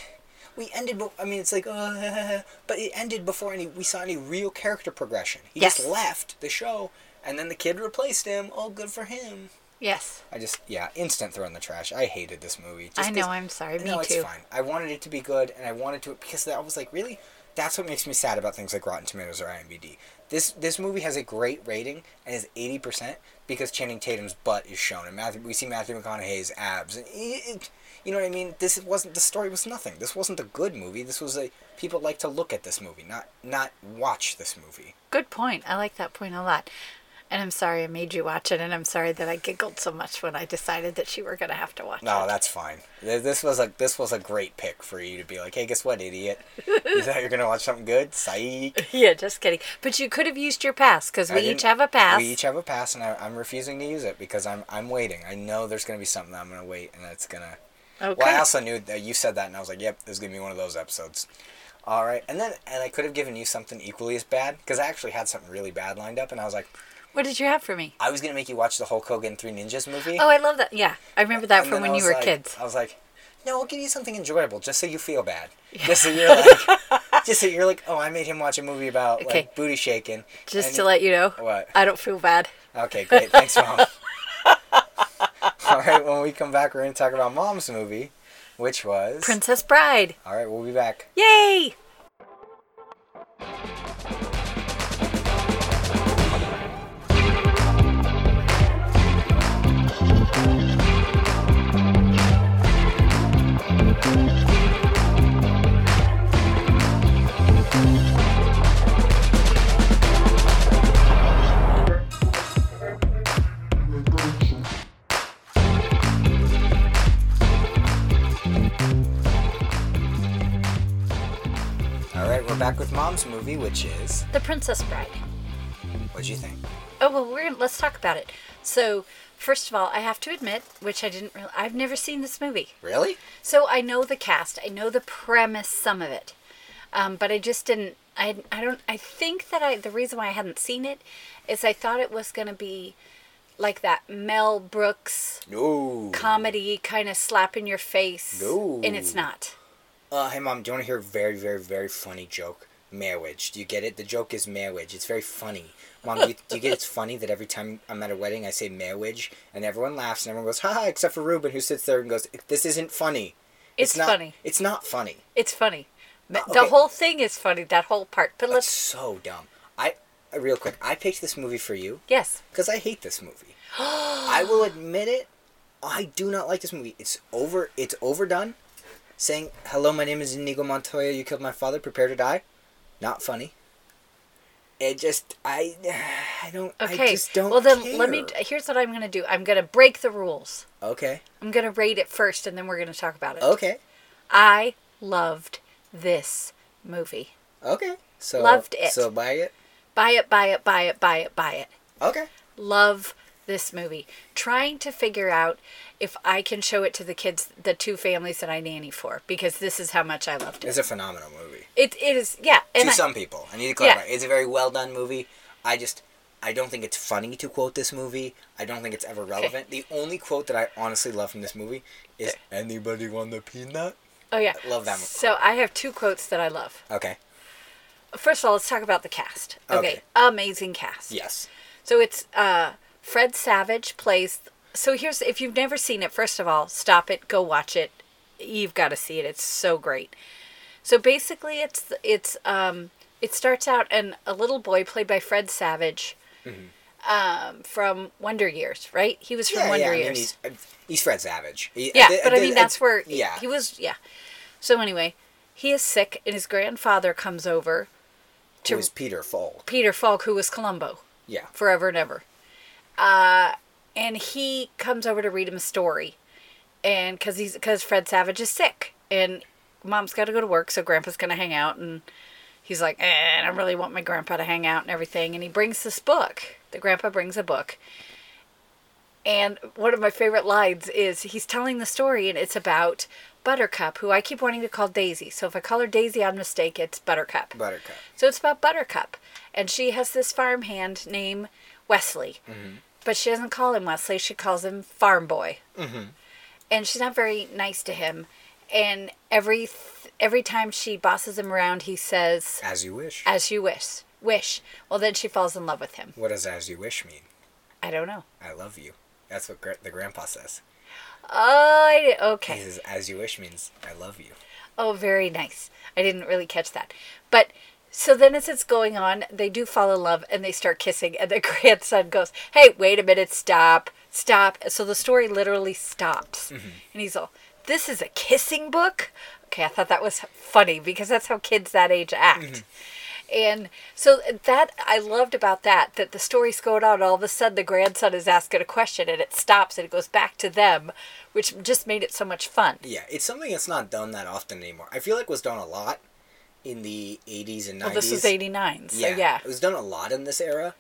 B: we ended. bef- I mean it's like, uh, but it ended before any we saw any real character progression. He
A: Yes.
B: just left the show and then the kid replaced him. All good for him.
A: Yes.
B: I just yeah instant throw in the trash. I hated this movie. Just
A: I know.
B: 'cause-
A: I'm sorry. Me
B: no,
A: too.
B: it's fine. I wanted it to be good, and I wanted to because I was like, really, that's what makes me sad about things like Rotten Tomatoes or IMDb. This this movie has a great rating and is eighty percent because Channing Tatum's butt is shown, and Matthew, we see Matthew McConaughey's abs, and it, it- you know what I mean. This wasn't the story was nothing. This wasn't a good movie. This was a people like to look at this movie, not not watch this movie.
A: Good point. I like that point a lot. And I'm sorry I made you watch it, and I'm sorry that I giggled so much when I decided that you were going to have to watch
B: No,
A: it.
B: that's fine. Th- This was a this was a great pick for you to be like, hey, guess what, idiot? You thought you're gonna watch something good? Psych.
A: Yeah, just kidding. But you could have used your pass because
B: I
A: we
B: didn't-
A: each have a pass.
B: We each have a pass, and I, I'm refusing to use it because I'm I'm waiting. I know there's gonna be something that I'm gonna wait, and it's gonna.
A: okay.
B: Well, I also knew that you said that, and I was like, "Yep, this is gonna be one of those episodes." All right, and then and I could have given you something equally as bad because I actually had something really bad lined up, and I was like,
A: What did you have for me?
B: I was gonna make you watch the Hulk Hogan Three Ninjas movie.
A: Oh, I love that. Yeah, I remember that
B: And
A: from
B: then
A: when
B: I was
A: you were
B: like- "Oh,
A: kids.
B: I was like, no, I'll give you something enjoyable just so you feel bad. Just so you're like, just so you're like, oh, I made him watch a movie about
A: Okay.
B: like booty shaking.
A: Just
B: and oh."
A: to let you know,
B: What?
A: I don't feel bad.
B: Okay, great. Thanks, mom. All right, when we come back, we're gonna talk about mom's movie, which was.
A: Princess Bride.
B: All right, we'll be back.
A: Yay!
B: All right, we're back with mom's movie, which is.
A: The Princess Bride.
B: What'd you think?
A: Oh well, we're let's talk about it. So, first of all, I have to admit, which I didn't. Really, I've never seen this movie.
B: Really?
A: So I know the cast, I know the premise, some of it, um, but I just didn't. I I don't. I think that I the reason why I hadn't seen it is I thought it was gonna be like that Mel Brooks
B: No.
A: comedy kind of slap in your face,
B: No.
A: and it's not.
B: Uh, hey, mom, do you want to hear a very, very, very funny joke? Marriage. Do you get it? The joke is marriage. It's very funny. Mom, do you, do you get it's funny that every time I'm at a wedding, I say marriage, and everyone laughs, and everyone goes, ha ha, except for Ruben, who sits there and goes, this isn't funny.
A: It's,
B: not,
A: funny.
B: It's not funny.
A: It's funny.
B: Uh,
A: The
B: okay.
A: whole thing is funny. That whole part. But
B: That's
A: let's.
B: so dumb. I uh, real quick, I picked this movie for you
A: Yes.
B: because I hate this movie. I will admit it. I do not like this movie. It's over. It's overdone. Saying hello, my name is Inigo Montoya. You killed my father. Prepare to die. Not funny. It just I I don't I
A: Okay.
B: just don't.
A: well, then let me.
B: care.
A: Here's what I'm going to do I'm going to break the rules.
B: Okay.
A: I'm going to rate it first and then we're going to talk about it.
B: Okay.
A: I loved this movie.
B: Okay. So
A: Loved it.
B: So buy it.
A: Buy it, buy it, buy it, buy it, buy it.
B: Okay.
A: Love this movie. Trying to figure out if I can show it to the kids, the two families that I nanny for, because this is how much I loved it.
B: It's a phenomenal movie.
A: It, it is, yeah.
B: to
A: And I-
B: some people. I need to
A: Yeah.
B: clarify. It's a very well done movie. I just I don't think it's funny to quote this movie. I don't think it's ever relevant. The only quote that I honestly love from this movie is anybody want a peanut?
A: oh, yeah.
B: I love that one.
A: So I have two quotes that I love.
B: Okay.
A: First of all, let's talk about the cast. Okay.
B: Okay.
A: Amazing cast.
B: Yes.
A: So it's uh, Fred Savage plays. So here's if you've never seen it, first of all, stop it, go watch it. You've got to see it. It's so great. So basically, it's it's um, it starts out and a little boy played by Fred Savage um, from Wonder Years, right? He was from
B: Mm-hmm. Yeah,
A: Wonder
B: yeah, I mean,
A: Years.
B: he's, he's Fred Savage. He- uh,
A: Yeah,
B: the-
A: but I
B: the-
A: mean that's where
B: yeah.
A: he was. Yeah. So anyway, he is sick, and his grandfather comes over.
B: It was Peter Falk.
A: Peter Falk, who was Columbo
B: Yeah.
A: forever and ever. Uh, and he comes over to read him a story, and because he's because Fred Savage is sick, and Mom's got to go to work, so Grandpa's gonna hang out, and he's like, eh, I don't really want my grandpa to hang out and everything, and he brings this book. The grandpa brings a book, and one of my favorite lines is he's telling the story, and it's about Buttercup, who I keep wanting to call Daisy. So if I call her Daisy on mistake, it's Buttercup.
B: Buttercup.
A: So it's about Buttercup, and she has this farmhand named Wesley, but she doesn't call him Wesley. She calls him Farm Boy, and she's not very nice to him. And every th- every time she bosses him around, he says,
B: As you wish.
A: "As you wish." Wish. Well, then she falls in love with him.
B: What does as you wish mean?
A: I don't know.
B: I love you. That's what gra- the grandpa says.
A: Oh, I-
B: He
A: okay.
B: says, as you wish means I love you.
A: Oh, very nice. I didn't really catch that. But so then as it's going on, they do fall in love and they start kissing and the grandson goes, "Hey, wait a minute, stop. Stop." So the story literally stops. And he's all, "This is a kissing book?" Okay, I thought that was funny because that's how kids that age act. And so that I loved about that that the story's going on. All of a sudden, the grandson is asking a question, and it stops, and it goes back to them, which just made it so much fun.
B: Yeah, it's something that's not done that often anymore. I feel like was done a lot in the 80s and 90s.
A: Well, Oh, this was '89, so
B: Yeah,
A: yeah.
B: It was done a lot in this era,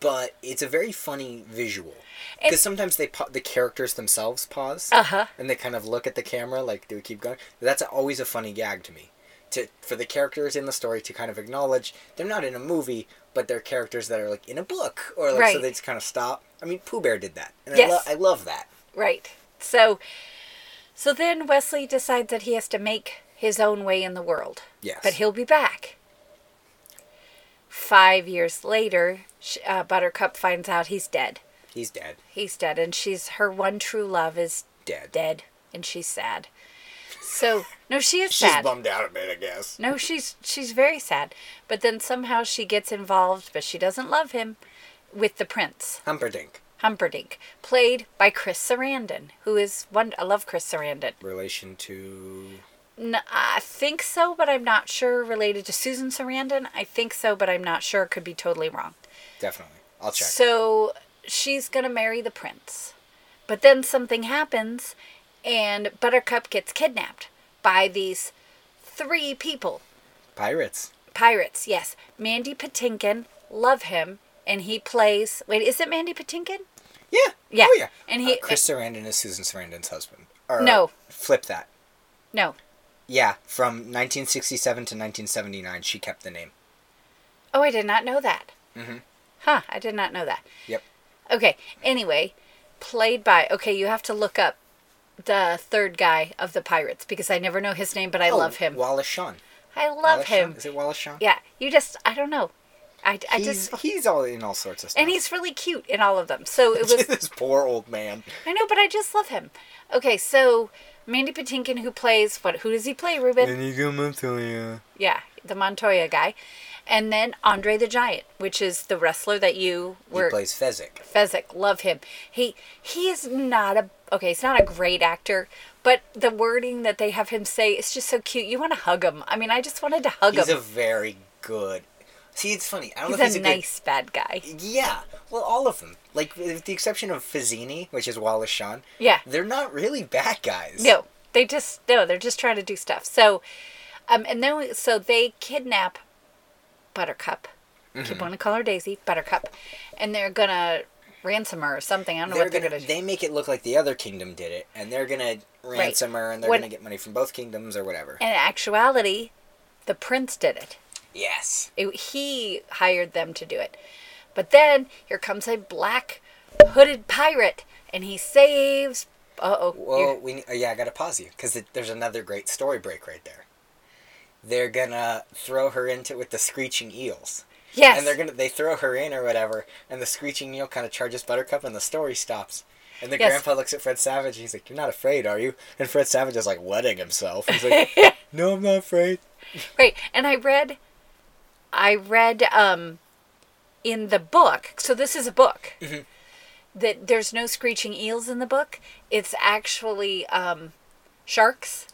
B: but it's a very funny visual.
A: And-
B: Because sometimes they pa- the characters themselves pause,
A: Uh-huh.
B: and they kind of look at the camera like, "Do we keep going?" That's always a funny gag to me, to for the characters in the story to kind of acknowledge they're not in a movie, but they're characters that are like in a book, or like so
A: Right.
B: they just kind of stop. I mean, Pooh Bear did that, and
A: Yes.
B: I, lo- I love that.
A: Right. So so then Wesley decides that he has to make his own way in the world.
B: Yes.
A: But he'll be back. 5 years later, sh- uh, Buttercup finds out he's dead.
B: He's dead,
A: He's dead and she's her one true love is
B: dead,
A: dead and she's sad. So, no she is
B: She's
A: sad.
B: bummed out a bit, I guess.
A: No, she's she's very sad. But then somehow she gets involved, but she doesn't love him with the prince.
B: Humperdinck
A: Humperdinck, played by Chris Sarandon, who is one. I love Chris Sarandon.
B: relation to
A: N I I think so, but I'm not sure. Related to Susan Sarandon, I think so, but I'm not sure. Could be totally wrong.
B: definitely. I'll check.
A: So she's gonna marry the prince, but then something happens, and Buttercup gets kidnapped by these three people,
B: Pirates.
A: pirates. Yes, Mandy Patinkin, love him, and he plays. Wait, is it Mandy Patinkin?
B: Yeah.
A: Yeah.
B: Oh yeah.
A: And he-
B: Uh, Chris Sarandon is Susan Sarandon's husband. Or,
A: No.
B: Flip that.
A: No.
B: Yeah, from 1967 to 1979, she kept the name.
A: Oh, I did not know that.
B: Mm-hmm.
A: Huh, I did not know that.
B: Yep.
A: Okay. Anyway, played by. Okay, you have to look up the third guy of the pirates because I never know his name, but I love him.
B: Wallace Shawn.
A: I love
B: Oh, Wallace Shawn?
A: him.
B: Is it Wallace Shawn?
A: Yeah, you just. I don't know. I, I
B: He's,
A: just.
B: he's all in all sorts of stuff.
A: And he's really cute in all of them. So it was.
B: this poor old man.
A: I know, but I just love him. Okay, so Mandy Patinkin, who plays what? Who does he play? Ruben.
B: Inigo Montoya.
A: Yeah, the Montoya guy, and then Andre the Giant, which is the wrestler that you
B: He
A: were.
B: plays Fezzik.
A: Fezzik, love him. He he is not a okay. He's not a great actor, but the wording that they have him say is just so cute. You want to hug him. I mean, I just wanted to hug
B: He's a
A: him.
B: very good. See, it's funny. I don't know if
A: he's
B: he's
A: a
B: a
A: nice bad guy.
B: good. Yeah. Well, all of them, like with the exception of Fizzini, which is Wallace Shawn.
A: Yeah.
B: They're not really bad guys.
A: No, they just no. They're just trying to do stuff. So, um, and then so they kidnap Buttercup. Keep wanting to call her Daisy Buttercup, and they're gonna ransom her or something. I don't know
B: They're
A: what they're
B: gonna,
A: gonna, do.
B: they make it look like the other kingdom did it, and they're gonna ransom her, and they're
A: What-
B: gonna get money from both kingdoms or whatever.
A: And in actuality, the prince did it.
B: yes,
A: It- He hired them to do it. But then here comes a black hooded pirate and he saves. Uh oh.
B: Well, we ne- oh, yeah, I gotta pause you because there's another great story break right there. They're gonna throw her into with the screeching eels,
A: yes.
B: and they're gonna they throw her in or whatever, and the screeching eel kind of charges Buttercup, and the story stops. And the
A: Yes.
B: grandpa looks at Fred Savage. He's like, "You're not afraid, are you?" And Fred Savage is like wetting himself. He's like, "No, I'm not afraid."
A: Right. And I read, I read um, in the book. So this is a book.
B: Mm-hmm.
A: That there's no screeching eels in the book. It's actually um, sharks,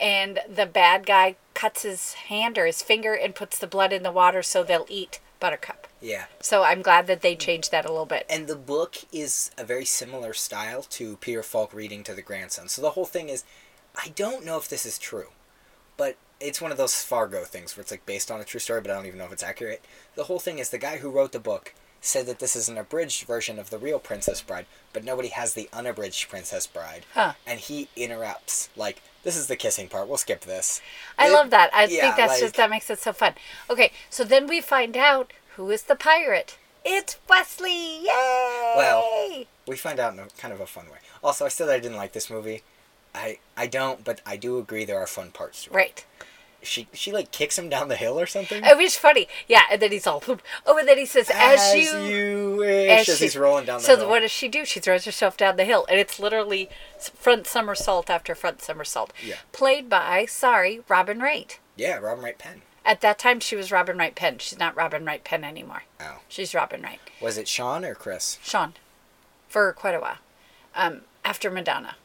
A: and the bad guy cuts his hand or his finger and puts the blood in the water so they'll eat Buttercup.
B: Yeah.
A: So I'm glad that they changed that a little bit.
B: And the book is a very similar style to Peter Falk reading to the grandson. So the whole thing is, I don't know if this is true, but it's one of those Fargo things where it's like based on a true story, but I don't even know if it's accurate. The whole thing is the guy who wrote the book said that this is an abridged version of the real Princess Bride, but nobody has the unabridged Princess Bride.
A: Huh.
B: And he interrupts, like, this is the kissing part, we'll skip this.
A: I
B: It-
A: love that. I
B: yeah,
A: think that's
B: like-
A: just that makes it so fun. Okay, so then we find out who is the pirate. It's Wesley! Yay!
B: Well- we find out in a, kind of a fun way. Also, I said I didn't like this movie. I I don't, but I do agree there are fun parts to it.
A: right.
B: She she like kicks him down the hill or something.
A: It was funny. Yeah, and then he's all, oh, and then he says, Oh, as, you.
B: wish, as,
A: she-
B: he's rolling down the
A: so
B: hill.
A: what does she do? She throws herself down the hill, and it's literally s- front somersault after front somersault.
B: Yeah.
A: Played by, sorry, Robin Wright.
B: yeah, Robin Wright Penn.
A: At that time, she was Robin Wright Penn. She's not Robin Wright Penn anymore.
B: Oh,
A: She's Robin Wright.
B: was it Sean or Chris?
A: Sean for quite a while um, after Madonna.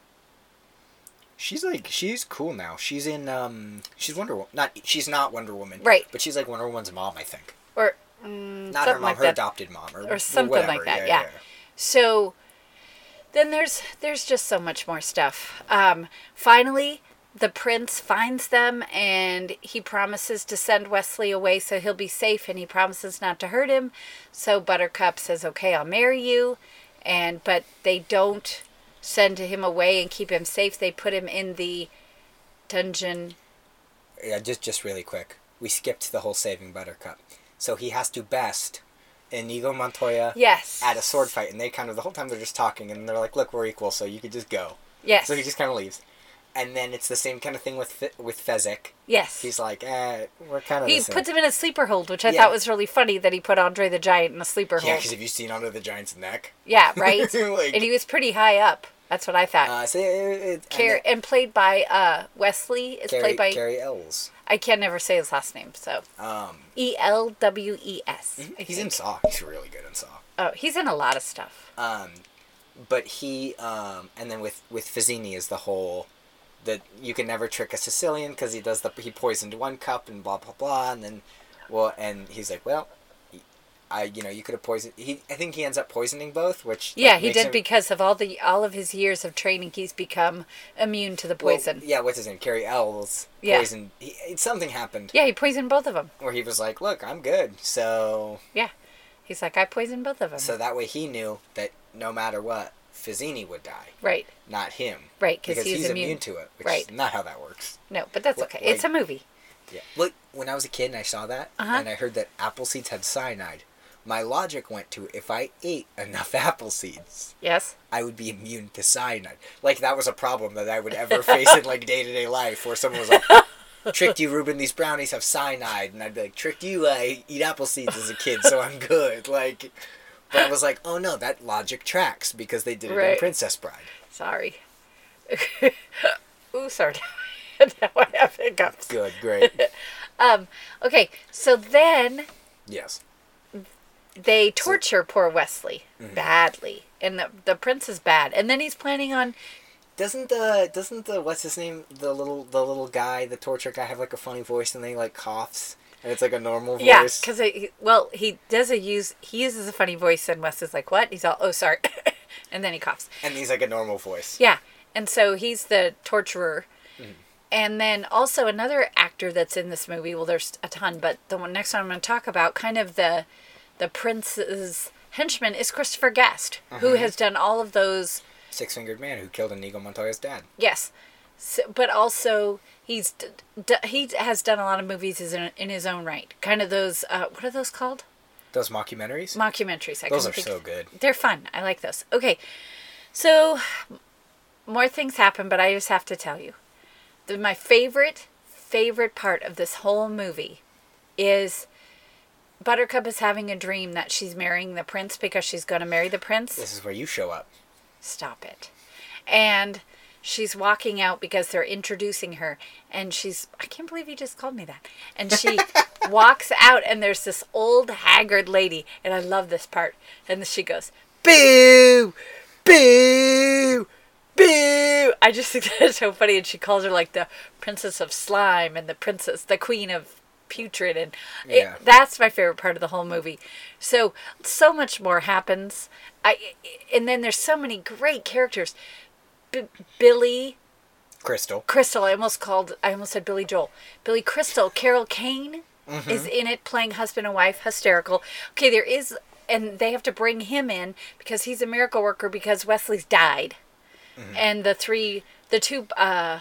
B: She's like she's cool now. She's in um she's Wonder Woman. Not she's not Wonder Woman.
A: Right.
B: But she's like Wonder Woman's mom, I think.
A: Or mm,
B: Not her
A: something
B: mom,
A: like
B: her
A: that.
B: adopted mom, or,
A: or something
B: whatever.
A: like that. Yeah, So then there's there's just so much more stuff. Um, finally, the prince finds them and he promises to send Wesley away so he'll be safe, and he promises not to hurt him. So Buttercup says, "Okay, I'll marry you," and but they don't send him away and keep him safe. They put him in the dungeon.
B: yeah. Yeah, Just just really quick, we skipped the whole saving Buttercup, so he has to best Inigo Montoya
A: Yes.
B: at a sword fight, and they kind of the whole time they're just talking, and they're like, "Look, we're equal, so you could just go."
A: Yes.
B: So he just kind of leaves, and then it's the same kind of thing with Fe- with Fezzik.
A: Yes.
B: He's like, eh, we're kind of.
A: he
B: the same.
A: puts him in a sleeper hold, which I
B: Yeah.
A: thought was really funny that he put Andre the Giant in a sleeper
B: Yeah,
A: hold.
B: because have you seen under the giant's neck?
A: Yeah, right.
B: Like-
A: and he was pretty high up. That's what I thought.
B: Uh, so it, it,
A: Car- and played by uh, Wesley. Is
B: Gary,
A: played by
B: Gary Ells.
A: I can never say his last name. So
B: Um, Mm-hmm.
A: E L W E S. I
B: he's in
A: think.
B: Saw. He's really good in Saw.
A: Oh, he's in a lot of stuff.
B: Um, but he um, and then with with Fizzini is the whole that you can never trick a Sicilian because he does the he poisoned one cup and blah blah blah and then well and he's like well. I you know you could have poisoned. He I think he ends up poisoning both, which like,
A: Yeah, he
B: makes
A: did
B: him-
A: because of all the all of his years of training, he's become immune to the
B: well,
A: poison.
B: yeah, what's his name? Carrie Ells
A: Yeah.
B: poisoned. He, it- something happened
A: yeah, he poisoned both of them.
B: where he was like, "Look, I'm good." So
A: Yeah, he's like I poisoned both of them.
B: So that way he knew that no matter what, Fizzini would die,
A: right.
B: not him.
A: Right, 'cause
B: because
A: he's
B: he's, immune.
A: immune.
B: to it, which
A: Right.
B: is not how that works.
A: No, but that's
B: Like-
A: okay. it's a movie.
B: Yeah. Look, when I was a kid and I saw that,
A: Uh-huh.
B: and I heard that apple seeds had cyanide, my logic went to if I ate enough apple seeds,
A: Yes.
B: I would be immune to cyanide. Like that was a problem that I would ever face in like day to day life, where someone was like. Tricked you, Ruben. These brownies have cyanide, and I'd be like, "Tricked you! I eat apple seeds as a kid, so I'm good." Like, but I was like, "Oh no, that logic tracks because they did it in
A: Right.
B: Princess Bride."
A: Sorry. Ooh, sorry. now I have hiccups.
B: Good, great.
A: Um, okay, so then
B: Yes.
A: they torture poor Wesley badly, and the the prince is bad, and then he's planning on
B: Doesn't the doesn't the what's his name the little the little guy the torture guy have like a funny voice and then he like coughs and it's like a normal voice.
A: yeah, because well he does a use he uses a funny voice, and Wes is like what? He's all oh sorry, and then he coughs.
B: and he's like a normal voice.
A: Yeah. And so he's the torturer. And then also another actor that's in this movie. Well, there's a ton, but the one next one I'm going to talk about, kind of the the prince's henchman, is Christopher Guest, who has done all of those.
B: Six fingered man who killed Inigo Montoya's dad.
A: Yes, so, but also he's d- d- he has done a lot of movies is in, in his own right. Kind of those. Uh, what are those called?
B: Those mockumentaries.
A: Mockumentaries. I
B: Those
A: couldn't
B: are so good.
A: They're fun. I like those. Okay, so m- more things happen, but I just have to tell you, the, my favorite favorite part of this whole movie is Buttercup is having a dream that she's marrying the prince because she's going to marry the prince.
B: this is where you show up.
A: Stop it. And she's walking out because they're introducing her and she's I can't believe you just called me that. And she walks out and there's this old haggard lady and I love this part. And she goes,
B: Boo, boo, boo.
A: I just think that's so funny. And she calls her like the princess of slime and the princess, the queen of putrid. And it-
B: Yeah.
A: that's my favorite part of the whole movie. So, so much more happens. I, and then there's so many great characters. B- Billy
B: Crystal.
A: Crystal, I almost called, I almost said Billy Joel. Billy Crystal, Carol Kane is in it playing husband and wife, hysterical. Okay, there is, and they have to bring him in because he's a miracle worker because Wesley's died. And the three, the two, uh,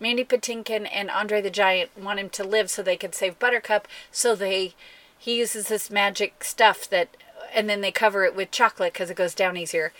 A: Mandy Patinkin and Andre the Giant want him to live so they can save Buttercup. So they, he uses this magic stuff that, and then they cover it with chocolate because it goes down easier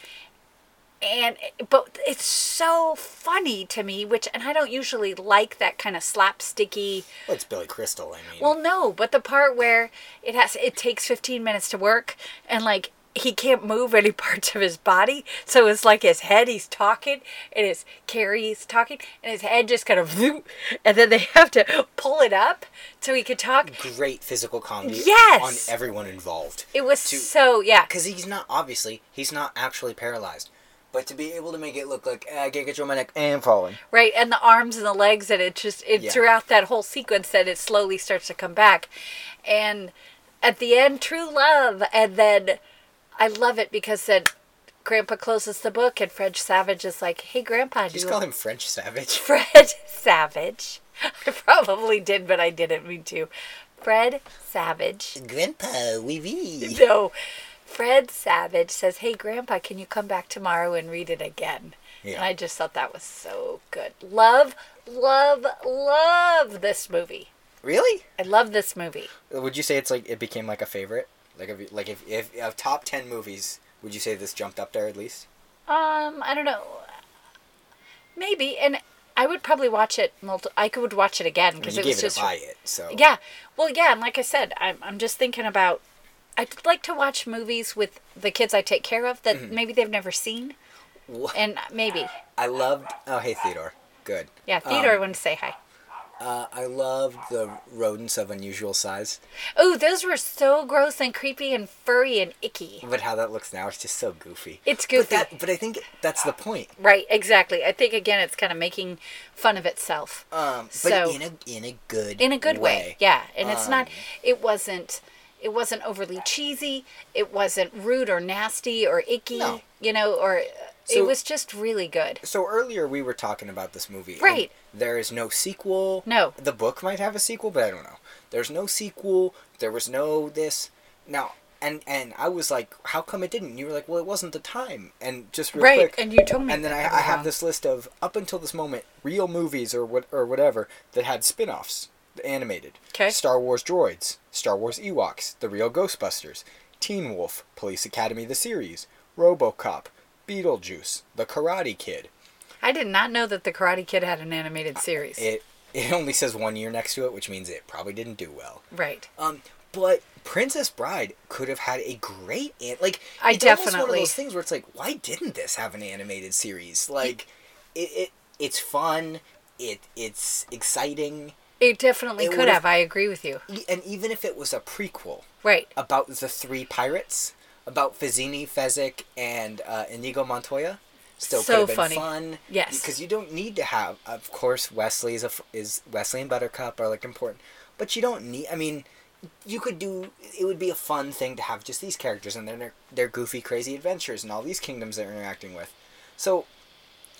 A: and but it's so funny to me which and i don't usually like that kind of slapsticky
B: Well, it's Billy Crystal. I mean.
A: well no but the part where it has it takes 15 minutes to work and like he can't move any parts of his body so it's like his head he's talking and his carrie's talking and his head just kind of and then they have to pull it up so he could talk
B: great physical comedy
A: Yes!
B: on everyone involved.
A: it was
B: To-
A: so yeah
B: Because he's not, obviously, he's not actually paralyzed. But to be able to make it look like, eh, I can't control my neck, and I'm falling.
A: Right, and the arms and the legs, and it just it
B: Yeah.
A: throughout that whole sequence that it slowly starts to come back, and at the end, true love, and then I love it because then Grandpa closes the book, and Fred Savage is like, "Hey, Grandpa, do
B: Just
A: you
B: call him French Savage.
A: Fred Savage?" I probably did, but I didn't mean to. Fred Savage.
B: Grandpa, wee wee.
A: No, Fred Savage says, "Hey, Grandpa, can you come back tomorrow and read it again?"
B: Yeah.
A: And I just thought that was so good. Love, love, love this movie.
B: Really?
A: I love this movie.
B: Would you say it's like, it became like a favorite? Like, if, like if, if, of top 10 movies, would you say this jumped up there at least?
A: Um, I don't know. Maybe, and I would probably watch it. Multi- I could watch it again
B: I mean,
A: because
B: you
A: it
B: gave
A: was
B: it
A: just
B: a buy it, so.
A: Yeah. Well, yeah, and like I said, I'm I'm just thinking about I'd like to watch movies with the kids I take care of that maybe they've never seen,
B: Mm-hmm. Wha-
A: and maybe
B: I loved, oh, hey, Theodore. Good.
A: yeah,
B: Um,
A: Theodore wanted to say hi.
B: Uh, I loved the rodents of unusual size.
A: Oh, those were so gross and creepy and furry and icky.
B: But how that looks now, it's just so goofy.
A: It's
B: But
A: goofy.
B: that, but I think that's the point.
A: right, exactly. I think again it's kind of making fun of itself.
B: Um, but
A: So-
B: in a in a good
A: in a good way. Yeah, and it's
B: Um,
A: not it wasn't it wasn't overly cheesy. It wasn't rude or nasty or icky,
B: No.
A: you know, or
B: So-
A: it was just really good.
B: So earlier we were talking about this movie. and
A: Right.
B: There is no sequel.
A: No.
B: The book might have a sequel, but I don't know. There's no sequel. There was no this. Now and and I was like, how come it didn't? And you were like, well, it wasn't the time. And just real
A: Right,
B: quick.
A: and you told me
B: And then I,
A: that
B: I have
A: wrong.
B: this list of up until this moment real movies or what or whatever that had spin-offs animated.
A: 'Kay.
B: Star Wars Droids, Star Wars Ewoks, The Real Ghostbusters, Teen Wolf, Police Academy the series, RoboCop, Beetlejuice, The Karate Kid.
A: I did not know that the Karate Kid had an animated series.
B: Uh, It it only says one year next to it, which means it probably didn't do well.
A: right.
B: Um, but Princess Bride could have had a great an- like.
A: I
B: it's almost one of
A: definitely-
B: those things where it's like, why didn't this have an animated series? Like, it, it it's fun. It it's exciting.
A: It definitely
B: It
A: could
B: would've-
A: have. I agree with you.
B: E- And even if it was a prequel
A: Right.
B: about the three pirates, about Fizzini, Fezzik, and uh, Inigo Montoya, still
A: So
B: could have been
A: funny.
B: fun.
A: Yes.
B: Because you don't need to have, of course, Wesley is, a, f- is Wesley and Buttercup are like important, but you don't need. I mean, you could do. It would be a fun thing to have just these characters and their their goofy, crazy adventures and all these kingdoms they're interacting with. So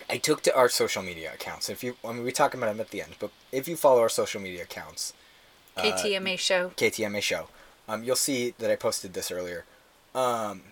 B: I took to our social media accounts. If you, I mean, we talk about them at the end, but if you follow our social media accounts,
A: KTMA show.
B: KTMA show. Um, you'll see that I posted this earlier. Um,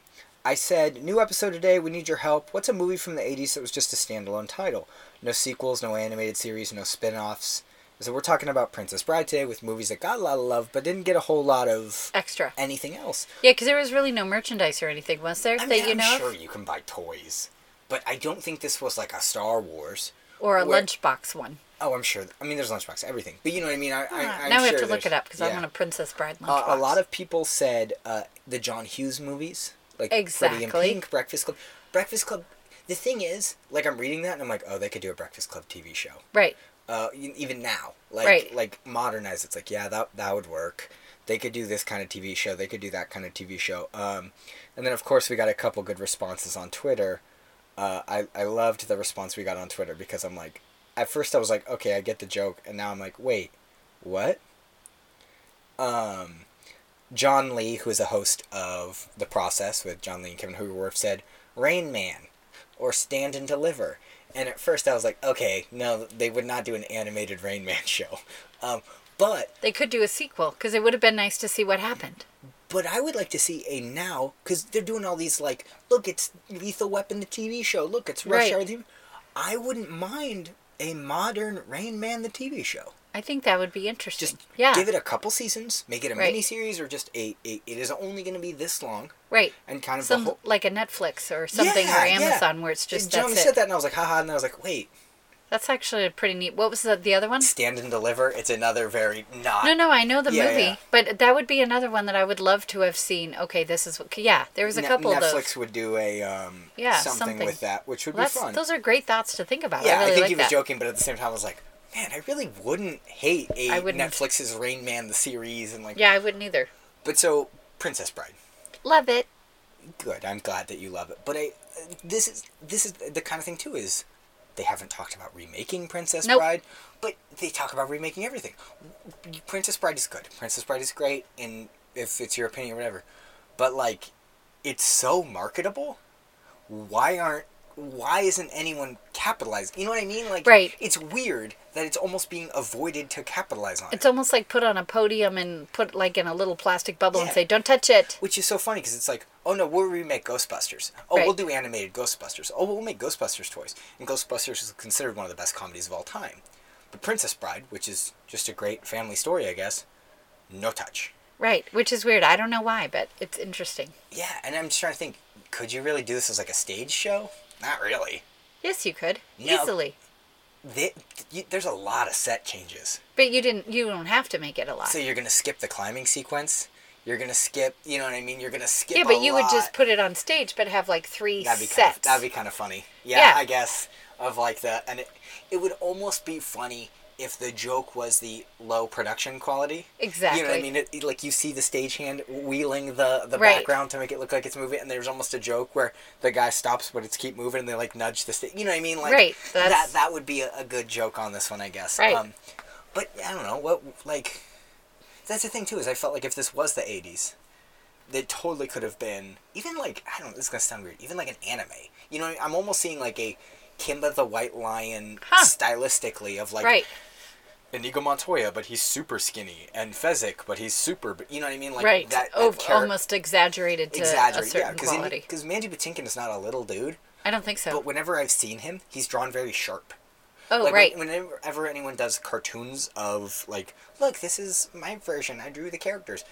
B: I said, new episode today, we need your help. What's a movie from the 80s that was just a standalone title? No sequels, no animated series, no spin offs. So we're talking about Princess Bride today with movies that got a lot of love but didn't get a whole lot of
A: Extra.
B: anything else.
A: Yeah, because there was really no merchandise or anything, was there?
B: I
A: that
B: mean,
A: you
B: I'm
A: know, of?
B: sure you can buy toys, but I don't think this was like a Star Wars.
A: or a
B: where-
A: lunchbox one.
B: Oh, I'm sure. I mean, there's Lunchbox, everything. But you know what I mean? I, I,
A: Ah,
B: I'm
A: now we have
B: sure
A: to look
B: there's-
A: it up because I
B: yeah.
A: want a Princess Bride
B: Uh,
A: lunchbox.
B: a lot of people said uh, the John Hughes movies, like Pretty in
A: Exactly.
B: Pink, Breakfast Club. Breakfast Club. The thing is, like I'm reading that and I'm like, oh, they could do a Breakfast Club TV show.
A: right.
B: Uh, e- even now, like
A: Right.
B: like modernize. It's like yeah, that that would work. They could do this kind of TV show. They could do that kind of TV show. Um, and then of course we got a couple good responses on Twitter. Uh, I I loved the response we got on Twitter because I'm like, at first I was like, okay, I get the joke, and now I'm like, wait, what? Um, John Lee, who is a host of The Process with John Lee and Kevin Hooverworth, said Rain Man or Stand and Deliver. And at first I was like, okay, no, they would not do an animated Rain Man show. Um, but
A: They could do a sequel because it would have been nice to see what happened.
B: but I would like to see a now because they're doing all these like, look, it's Lethal Weapon the TV show. Look, it's Rush
A: Right.
B: Hour. The TV. I wouldn't mind a modern Rain Man the TV show.
A: I think that would be interesting.
B: Just
A: yeah.
B: give it a couple seasons, make it a
A: Right.
B: mini series, or just a, a. It is only going to be this long,
A: right.
B: and kind of a
A: Some
B: whole,
A: like a Netflix or something
B: Yeah,
A: or
B: yeah.
A: Amazon where it's just
B: John
A: that's
B: said
A: it.
B: that, and I was like, haha, and I was like, wait,
A: That's actually a pretty neat. What was the, the other one?
B: stand and deliver. It's another very not.
A: No, no, I know the
B: Yeah,
A: movie,
B: yeah.
A: but that would be another one that I would love to have seen. Okay, this is what. Yeah, there was a
B: Ne-
A: couple of
B: Netflix
A: those.
B: would do a um,
A: Yeah,
B: something,
A: something.
B: with that, which would
A: Well,
B: be
A: that's,
B: fun.
A: those are great thoughts to think about.
B: yeah,
A: I really
B: think
A: like
B: he was
A: that.
B: joking, but at the same time, I was like, man, I really wouldn't hate a
A: I wouldn't.
B: Netflix's Rain Man the series and like.
A: Yeah, I wouldn't either.
B: But so Princess Bride,
A: Love it.
B: good. I'm glad that you love it. But I, this is this is the kind of thing too is. They haven't talked about remaking Princess
A: Nope.
B: Bride, but they talk about remaking everything. Princess Bride is good. Princess Bride is great, and if it's your opinion, whatever. But like, it's so marketable. Why aren't? Why isn't anyone capitalizing? You know what I mean? Like,
A: Right.
B: It's weird that it's almost being avoided to capitalize on.
A: It's
B: it.
A: almost like put on a podium and put like in a little plastic bubble and
B: Yeah.
A: say, "Don't touch it."
B: Which is so funny because it's like, oh no, we'll remake Ghostbusters. Oh, we'll
A: Right.
B: do animated Ghostbusters. Oh, we'll make Ghostbusters toys. And Ghostbusters is considered one of the best comedies of all time. But Princess Bride, which is just a great family story, I guess, no touch.
A: Right, which is weird. I don't know why, but it's interesting.
B: Yeah, and I'm just trying to think, could you really do this as like a stage show? Not really.
A: Yes, you could
B: No.
A: easily,
B: They, you, there's a lot of set changes.
A: but you didn't. You don't have to make it a lot.
B: So you're gonna skip the climbing sequence. You're gonna skip. You know what I mean? You're gonna skip.
A: yeah, but
B: a
A: you would
B: lot.
A: just put it on stage, but have like 3
B: That'd be kind of,
A: sets.
B: that'd be kind of funny. Yeah,
A: Yeah.
B: I guess of like the and it, it would almost be funny if the joke was the low production quality. You know what
A: Exactly.
B: I mean? It, it- like you see the stagehand wheeling the the
A: Right.
B: background to make it look like it's moving, and there's almost a joke where the guy stops, but it's keep moving, and they like nudge the stage. You know what I mean? Like
A: Right,
B: that
A: that's-
B: that would be a, a good joke on this one, I guess. Um,
A: Right.
B: but I don't know what like. That's the thing too is I felt like if this was the '80s, they totally could have been even like I don't. know, This is gonna sound weird. Even like an anime. You know, I'm almost seeing like a Kimba the White Lion
A: Huh.
B: stylistically of like
A: right,
B: Inigo Montoya, but he's super skinny, and Fezzik, but he's super. But you know what I mean? Like
A: right.
B: That, that
A: oh,
B: char-
A: almost exaggerated to a
B: exaggerated. Yeah,
A: certain
B: because
A: quality.
B: Mandy Patinkin is not a little dude,
A: I don't think so.
B: but whenever I've seen him, he's drawn very sharp.
A: oh,
B: Like
A: right.
B: when, whenever ever anyone does cartoons of like, look, this is my version. I drew the characters.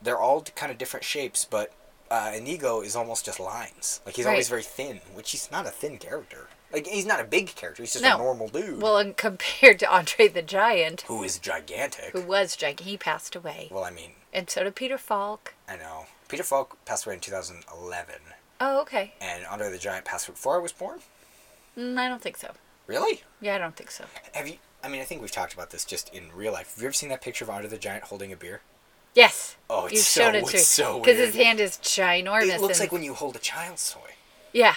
B: They're all kind of different shapes, but uh, Inigo is almost just lines. Like he's always very
A: Right.
B: thin, which he's not a thin character. Like he's not a big character. He's just
A: No.
B: a normal dude
A: well, and compared to Andre the Giant,
B: who is gigantic.
A: who was giant, he passed away,
B: Well, I mean,
A: and so did Peter Falk.
B: I know Peter Falk passed away in 2011,
A: Oh, okay.
B: and Andre the Giant passed away before I was born.
A: Mm, I don't think so.
B: Really?
A: Yeah, I don't think so.
B: Have you? I mean, I think we've talked about this just in real life. Have you ever seen that picture of Andre the Giant holding a beer?
A: Yes.
B: Oh, it's
A: You've
B: so-
A: shown it
B: it's
A: to me.
B: so
A: his
B: weird.
A: hand is ginormous.
B: It looks
A: and-
B: like when you hold a child's toy.
A: yeah.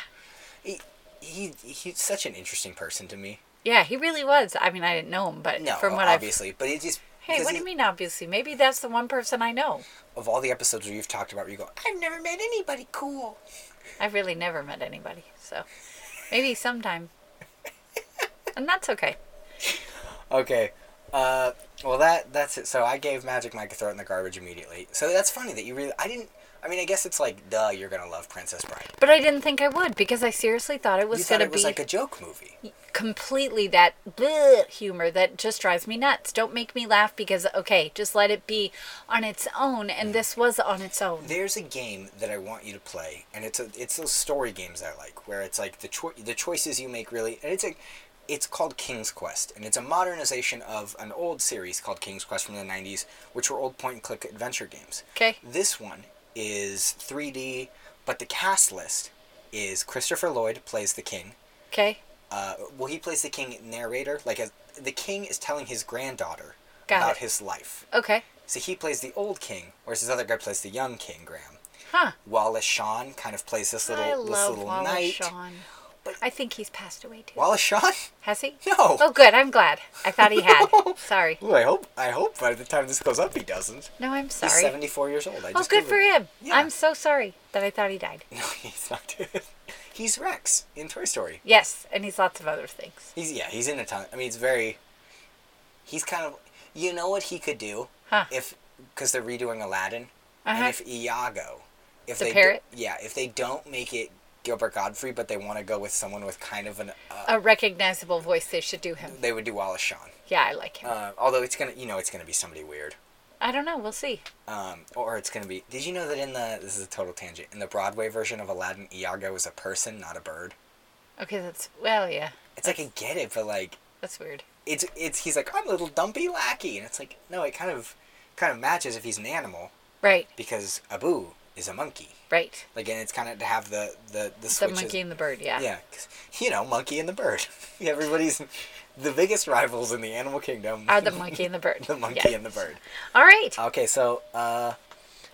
B: He, he, he's such an interesting person to me.
A: Yeah, he really was. I mean, I didn't know him, but
B: No,
A: from what I've
B: obviously, but it just
A: Hey,
B: because
A: what do
B: he-
A: you mean obviously? Maybe that's the one person I know.
B: Of all the episodes where you've talked about, where you go, I've never met anybody cool.
A: I've really never met anybody, so maybe sometime. and that's okay.
B: Okay. Uh, well, that that's it. So I gave Magic Mike a throw it in the garbage immediately. So that's funny that you really. I didn't. I mean, I guess it's like, duh, you're gonna love Princess Bride.
A: But I didn't think I would because I seriously thought it was
B: You thought
A: gonna
B: it was
A: be
B: like a joke movie.
A: completely that bleh humor that just drives me nuts. Don't make me laugh because okay, just let it be on its own
B: Mm.
A: and this was on its own.
B: There's a game that I want you to play, and it's a, it's those story games I like, where it's like the cho- the choices you make really, and it's like, it's called King's Quest, and it's a modernization of an old series called King's Quest from the '90s, which were old point and click adventure games.
A: Okay.
B: This one is 3D, but the cast list is Christopher Lloyd plays the king.
A: Okay?
B: Uh, well, he plays the king narrator. Like as, the king is telling his granddaughter
A: Got
B: about
A: it.
B: his life.
A: Okay.
B: So he plays the old king, whereas this other guy plays the young king, Graham.
A: Huh.
B: Wallace Shawn kind of plays this little
A: I
B: this
A: love
B: little
A: Wallace
B: knight.
A: Shawn.
B: But-
A: I think he's passed away too.
B: Wallace Shawn?
A: Has he?
B: No.
A: Oh good, I'm glad. I thought he had. Sorry.
B: Ooh, I hope I hope by the time this goes up he doesn't.
A: No, I'm
B: He's
A: sorry.
B: seventy four years old. I
A: Oh,
B: just
A: good for
B: Googled it.
A: him.
B: Yeah.
A: I'm so sorry that I thought he died.
B: No, he's not. he's Rex in Toy Story.
A: Yes, and he's lots of other things.
B: He's yeah, he's in a ton. I mean, it's very. He's kind of. You know what he could do
A: Huh.
B: if because they're redoing Aladdin,
A: Uh-huh.
B: and if Iago, if
A: The
B: they
A: parrot?
B: Do, yeah, if they don't make it Gilbert Godfrey, but they want to go with someone with kind of an, uh,
A: A recognizable voice, they should do him.
B: they would do Wallace Shawn.
A: Yeah, I like him.
B: Uh, although it's gonna, you know, it's gonna be somebody weird.
A: I don't know. We'll see.
B: Um, or it's gonna be. Did you know that in the this is a total tangent in the Broadway version of Aladdin, Iago is a person, not a bird.
A: Okay, that's well, yeah,
B: It's like I get it, but like
A: that's weird.
B: it's it's he's like I'm a little dumpy lackey, and it's like no, it kind of kind of matches if he's an animal
A: Right,
B: because Abu is a monkey.
A: right.
B: Like and it's kind of to have the the the
A: The
B: switches.
A: monkey and the bird. Yeah.
B: Yeah, 'cause, you know, monkey and the bird. Everybody's the biggest rivals in the animal kingdom
A: Are the monkey and the bird.
B: the monkey
A: Yeah.
B: and the bird.
A: All right.
B: Okay, so uh,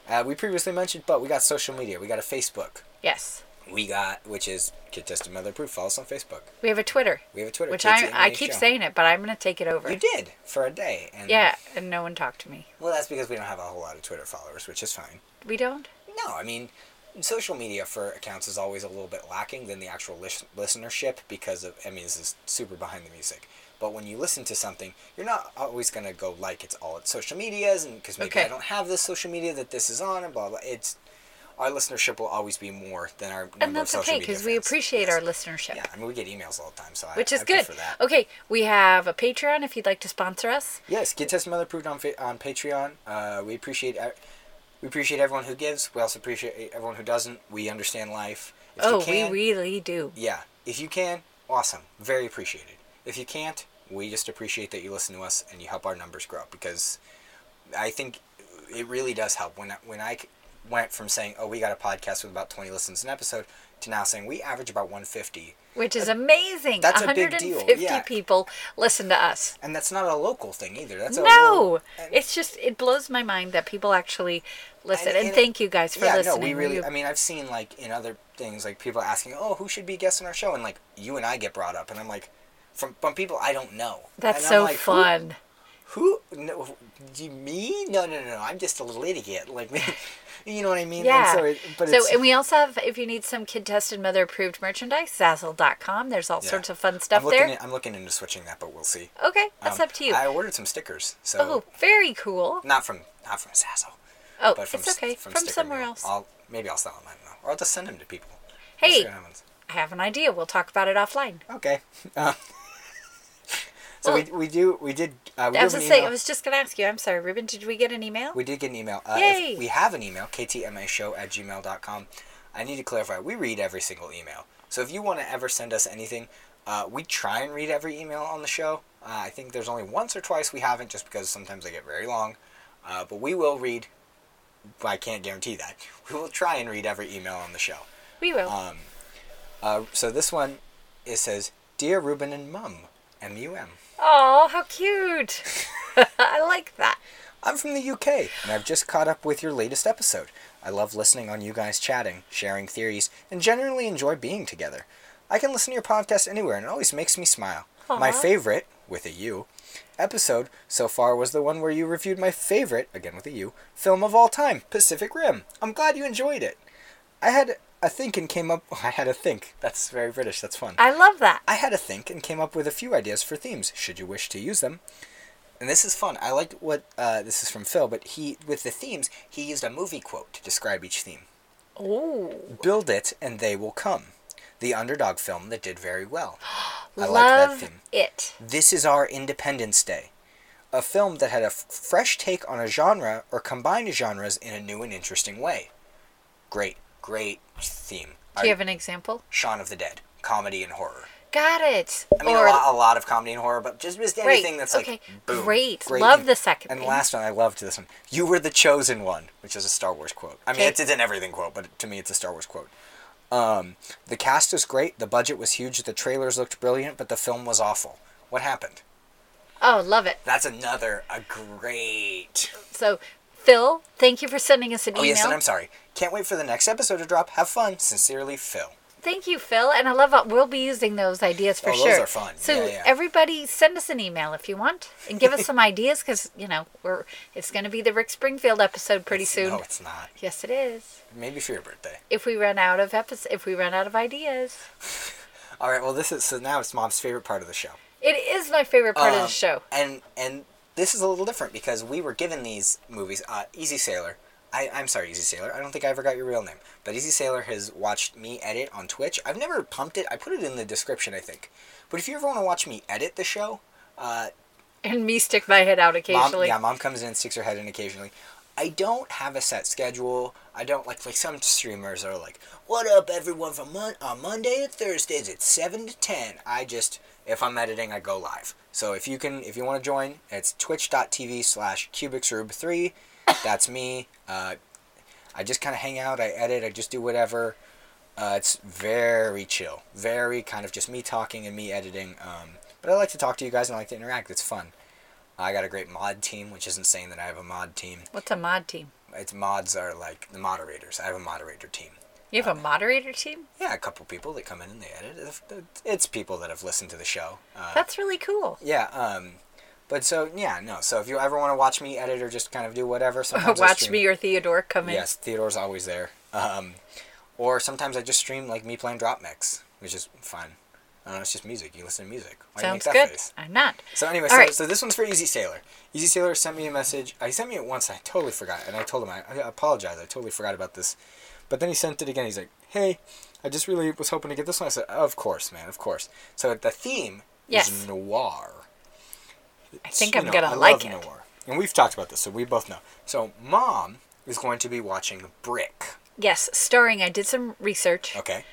B: uh, we previously mentioned, but we got social media. We got a Facebook.
A: yes,
B: We got which is get tested mother proof. Follow us on Facebook.
A: we have a Twitter,
B: We have a Twitter.
A: which I
B: KTNH
A: I keep
B: show.
A: saying it, but I'm gonna take it over.
B: You did for a day, and
A: Yeah, and no one talked to me.
B: Well, that's because we don't have a whole lot of Twitter followers, which is fine.
A: We don't.
B: No, I mean, social media for accounts is always a little bit lacking than the actual lis- listenership because of, I mean, this is super behind the music. But when you listen to something, you're not always going to go like it's all at social medias and because maybe
A: Okay.
B: I don't have this social media that this is on and blah, blah. It's, our listenership will always be more than our number
A: And that's
B: of social
A: okay
B: media
A: because we
B: fans.
A: appreciate
B: Yes.
A: our listenership.
B: Yeah, I mean, we get emails all the time, so I-
A: Which
B: I,
A: is good.
B: prefer that.
A: Okay, we have a Patreon if you'd like to sponsor us.
B: Yes, get tested mother approved on fa- on Patreon. Uh, we appreciate e- we appreciate everyone who gives. We also appreciate everyone who doesn't. We understand life. If
A: oh, we really do.
B: yeah. If you can, awesome. Very appreciated. If you can't, we just appreciate that you listen to us and you help our numbers grow because I think it really does help. When I, when I c- went from saying, "Oh, we got a podcast with about twenty listens an episode," to now saying we average about one fifty,
A: Which is amazing.
B: uh, that's a big
A: 150
B: deal, yeah.
A: people listen to us.
B: and that's not a local thing either. That's a
A: no,
B: world- and-
A: it's just it blows my mind that people actually listen.
B: And-
A: And,
B: and-
A: thank you guys for
B: yeah,
A: listening.
B: no, we really.
A: You-
B: I mean, I've seen like in other things, like people asking, "Oh, who should be guest on our show?" And like you and I get brought up, and I'm like, from from people I don't know.
A: that's
B: And I'm
A: so
B: like, who-
A: fun.
B: Who? No, you, me? No, no, no, no. I'm just a little idiot. Like, you know what I mean? And
A: Yeah.
B: so, it, but
A: so,
B: it's,
A: and we also have, if you need some kid tested, mother approved merchandise, Zazzle.com. There's all
B: yeah.
A: sorts of fun
B: I'm
A: stuff
B: looking
A: there.
B: in- I'm looking into switching that, but we'll see.
A: okay, that's
B: Um,
A: up to you.
B: I ordered some stickers, so
A: oh, very cool.
B: not from not from Sazzle,
A: Oh,
B: but from
A: it's
B: s-
A: okay.
B: from,
A: From,
B: Sticker
A: somewhere
B: Mill.
A: else.
B: I'll maybe I'll sell them. I don't know, or I'll just send them to people. We'll see
A: hey,
B: what happens.
A: I have an idea. We'll talk about it offline.
B: Okay. Um, so we, we do we did uh, we
A: I
B: do
A: was
B: have
A: gonna
B: an
A: say,
B: email.
A: I was just gonna ask you. I'm sorry, Ruben. Did we get an email?
B: we did get an email. Uh,
A: Yay.
B: If we have an email ktmashow at gmail.com. I need to clarify. We read every single email. So if you want to ever send us anything, uh, we try and read every email on the show. Uh, I think there's only once or twice we haven't, just because sometimes they get very long. Uh, but we will read. I can't guarantee that. We will try and read every email on the show.
A: we will.
B: Um, uh, so this one, it says, "Dear Ruben and Mum, M U M.
A: Oh, how cute! I like that.
B: I'm from the UK, and I've just caught up with your latest episode. I love listening on you guys chatting, sharing theories, and generally enjoy being together. I can listen to your podcast anywhere, and it always makes me smile. My
A: Aw.
B: favorite, with a U, episode so far was the one where you reviewed my favorite, again with a U, film of all time, Pacific Rim. I'm glad you enjoyed it. I had a think and came up. I had a think. That's very British. That's fun.
A: I love that.
B: I had a think and came up with a few ideas for themes, should you wish to use them. And this is fun. I liked what uh, this is from Phil, but he with the themes he used a movie quote to describe each theme.
A: Ooh,
B: Build it and they will come. The underdog film that did very well. I liked that
A: love
B: theme.
A: it.
B: This is our Independence Day, a film that had a f- fresh take on a genre or combined genres in a new and interesting way. Great, great theme.
A: Do you have an example?
B: Shaun of the Dead, comedy and horror.
A: Got it.
B: I mean, a, lot, a lot of comedy and horror, but just, just anything that's like
A: okay.
B: boom.
A: Great. Love
B: and,
A: the second
B: And
A: thing.
B: last one, I loved this one. You were the chosen one, which is a Star Wars quote. I mean,
A: Okay.
B: it's, it's an everything quote, but to me, it's a Star Wars quote. Um, the cast was great. The budget was huge. The trailers looked brilliant, but the film was awful. What happened?
A: Oh, love it.
B: That's another a great.
A: So, Phil, thank you for sending us an
B: Oh
A: email.
B: yes, and I'm sorry. Can't wait for the next episode to drop. Have fun. Sincerely, Phil.
A: Thank you, Phil. And I love it. We'll be using those ideas for
B: Oh, those
A: sure.
B: are fun.
A: So
B: Yeah, yeah.
A: everybody, send us an email if you want, and give us some ideas because you know we're it's going to be the Rick Springfield episode pretty soon.
B: No, it's not.
A: Yes, it is.
B: Maybe for your birthday.
A: If we run out of episodes, if we run out of ideas,
B: All right. Well, this is so now it's mom's favorite part of the show.
A: it is my favorite part of the
B: Um,
A: show.
B: And and this is a little different because we were given these movies. Uh, Easy Sailor. I, I'm sorry, Easy Sailor. I don't think I ever got your real name. But Easy Sailor has watched me edit on Twitch. I've never pumped it. I put it in the description, I think. But if you ever want to watch me edit the show, uh,
A: And me stick my head out
B: mom,
A: occasionally.
B: yeah, mom comes in and sticks her head in occasionally. I don't have a set schedule. I don't like like some streamers are like, "What up, everyone? From mon- on Monday to Thursdays at seven to 10. I just if I'm editing, I go live. So if you can, if you want to join, it's twitch.tv slash cubicsrube3. That's me. Uh, I just kind of hang out. I edit. I just do whatever. Uh, it's very chill, very kind of just me talking and me editing. Um, but I like to talk to you guys and I like to interact. It's fun. I got a great mod team, which isn't saying that I have a mod team.
A: What's a mod team?
B: It's mods are like the moderators. I have a moderator team.
A: You have a moderator team?
B: Yeah, a couple people that come in and they edit. It's people that have listened to the show. Uh,
A: That's really cool.
B: yeah. Um, but so yeah, no. So if you ever want to watch me edit or just kind of do whatever, sometimes I
A: Watch
B: stream-
A: me or Theodore come in.
B: Yes, Theodore's always there. Um, or sometimes I just stream like me playing drop mix, which is fun. I don't know, it's just music. You listen to music. Why do you
A: Sounds
B: make that
A: good.
B: face?
A: I'm not.
B: So anyway,
A: All
B: so,
A: right.
B: so this one's for Easy Sailor. Easy Sailor sent me a message. I sent me it once. I totally forgot, and I told him I, I apologize. I totally forgot about this, but then he sent it again. He's like, "Hey, I just really was hoping to get this one." I said, "Of course, man, of course." So the theme
A: Yes.
B: is noir.
A: I think
B: You
A: I'm
B: know,
A: gonna
B: I
A: like it.
B: love noir, and we've talked about this, so we both know. So mom is going to be watching Brick.
A: Yes, starring. I did some research.
B: Okay,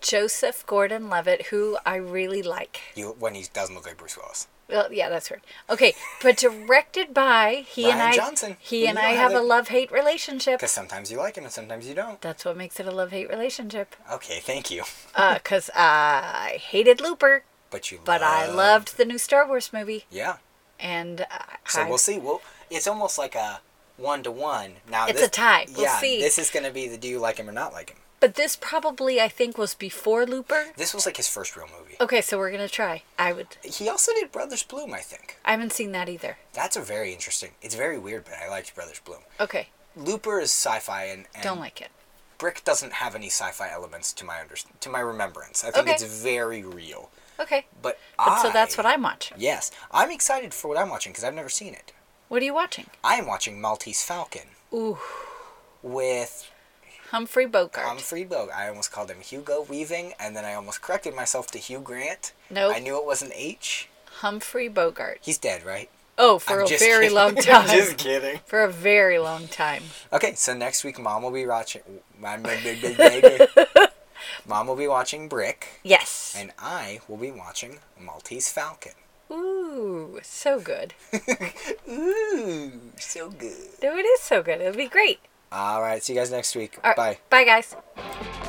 A: Joseph Gordon-Levitt, who I really like.
B: you when he doesn't look like Bruce Willis.
A: Well, yeah, that's weird. Okay, but directed by he and
B: Ryan
A: I.
B: Johnson.
A: He
B: We
A: and
B: know
A: I
B: how
A: have a
B: they-
A: love-hate relationship.
B: Because sometimes you like him and sometimes you don't.
A: That's what makes it a love-hate relationship.
B: Okay, thank you.
A: Uh, 'cause I hated Looper,
B: But you.
A: but I loved the new Star Wars movie,
B: Yeah.
A: and uh,
B: So
A: I,
B: we'll see. Well, it's almost like a one to one. Now
A: It's
B: this-
A: a tie. We'll
B: yeah,
A: see.
B: this is going to be the do you like him or not like him.
A: but this probably I think was before Looper.
B: This was like his first real movie.
A: Okay, so we're gonna try. I would.
B: He also did Brothers Bloom, I think.
A: I haven't seen that either.
B: That's a very interesting. It's very weird, but I liked Brothers Bloom.
A: Okay,
B: Looper is sci-fi, and, and
A: don't like it.
B: Brick doesn't have any sci-fi elements to my under, to my remembrance. I think
A: Okay.
B: it's very real.
A: Okay,
B: But,
A: but
B: I,
A: so that's what I'm watching.
B: Yes, I'm excited for what I'm watching because I've never seen it.
A: What are you watching?
B: I am watching Maltese Falcon.
A: Ooh.
B: With
A: Humphrey Bogart.
B: Humphrey Bogart. I almost called him Hugo Weaving, and then I almost corrected myself to Hugh Grant.
A: Nope.
B: I knew it was an H.
A: Humphrey Bogart.
B: He's dead, right?
A: Oh, for
B: I'm
A: a
B: just
A: very
B: kidding.
A: long
B: I'm
A: time.
B: just kidding.
A: For a very long time.
B: Okay, so next week, Mom will be watching. Mom will be watching Brick,
A: Yes.
B: and I will be watching Maltese Falcon.
A: Ooh, so good.
B: Ooh, so good.
A: No, it is so good. It'll be great.
B: All right, see you guys next week.
A: All right.
B: Bye.
A: Bye, guys.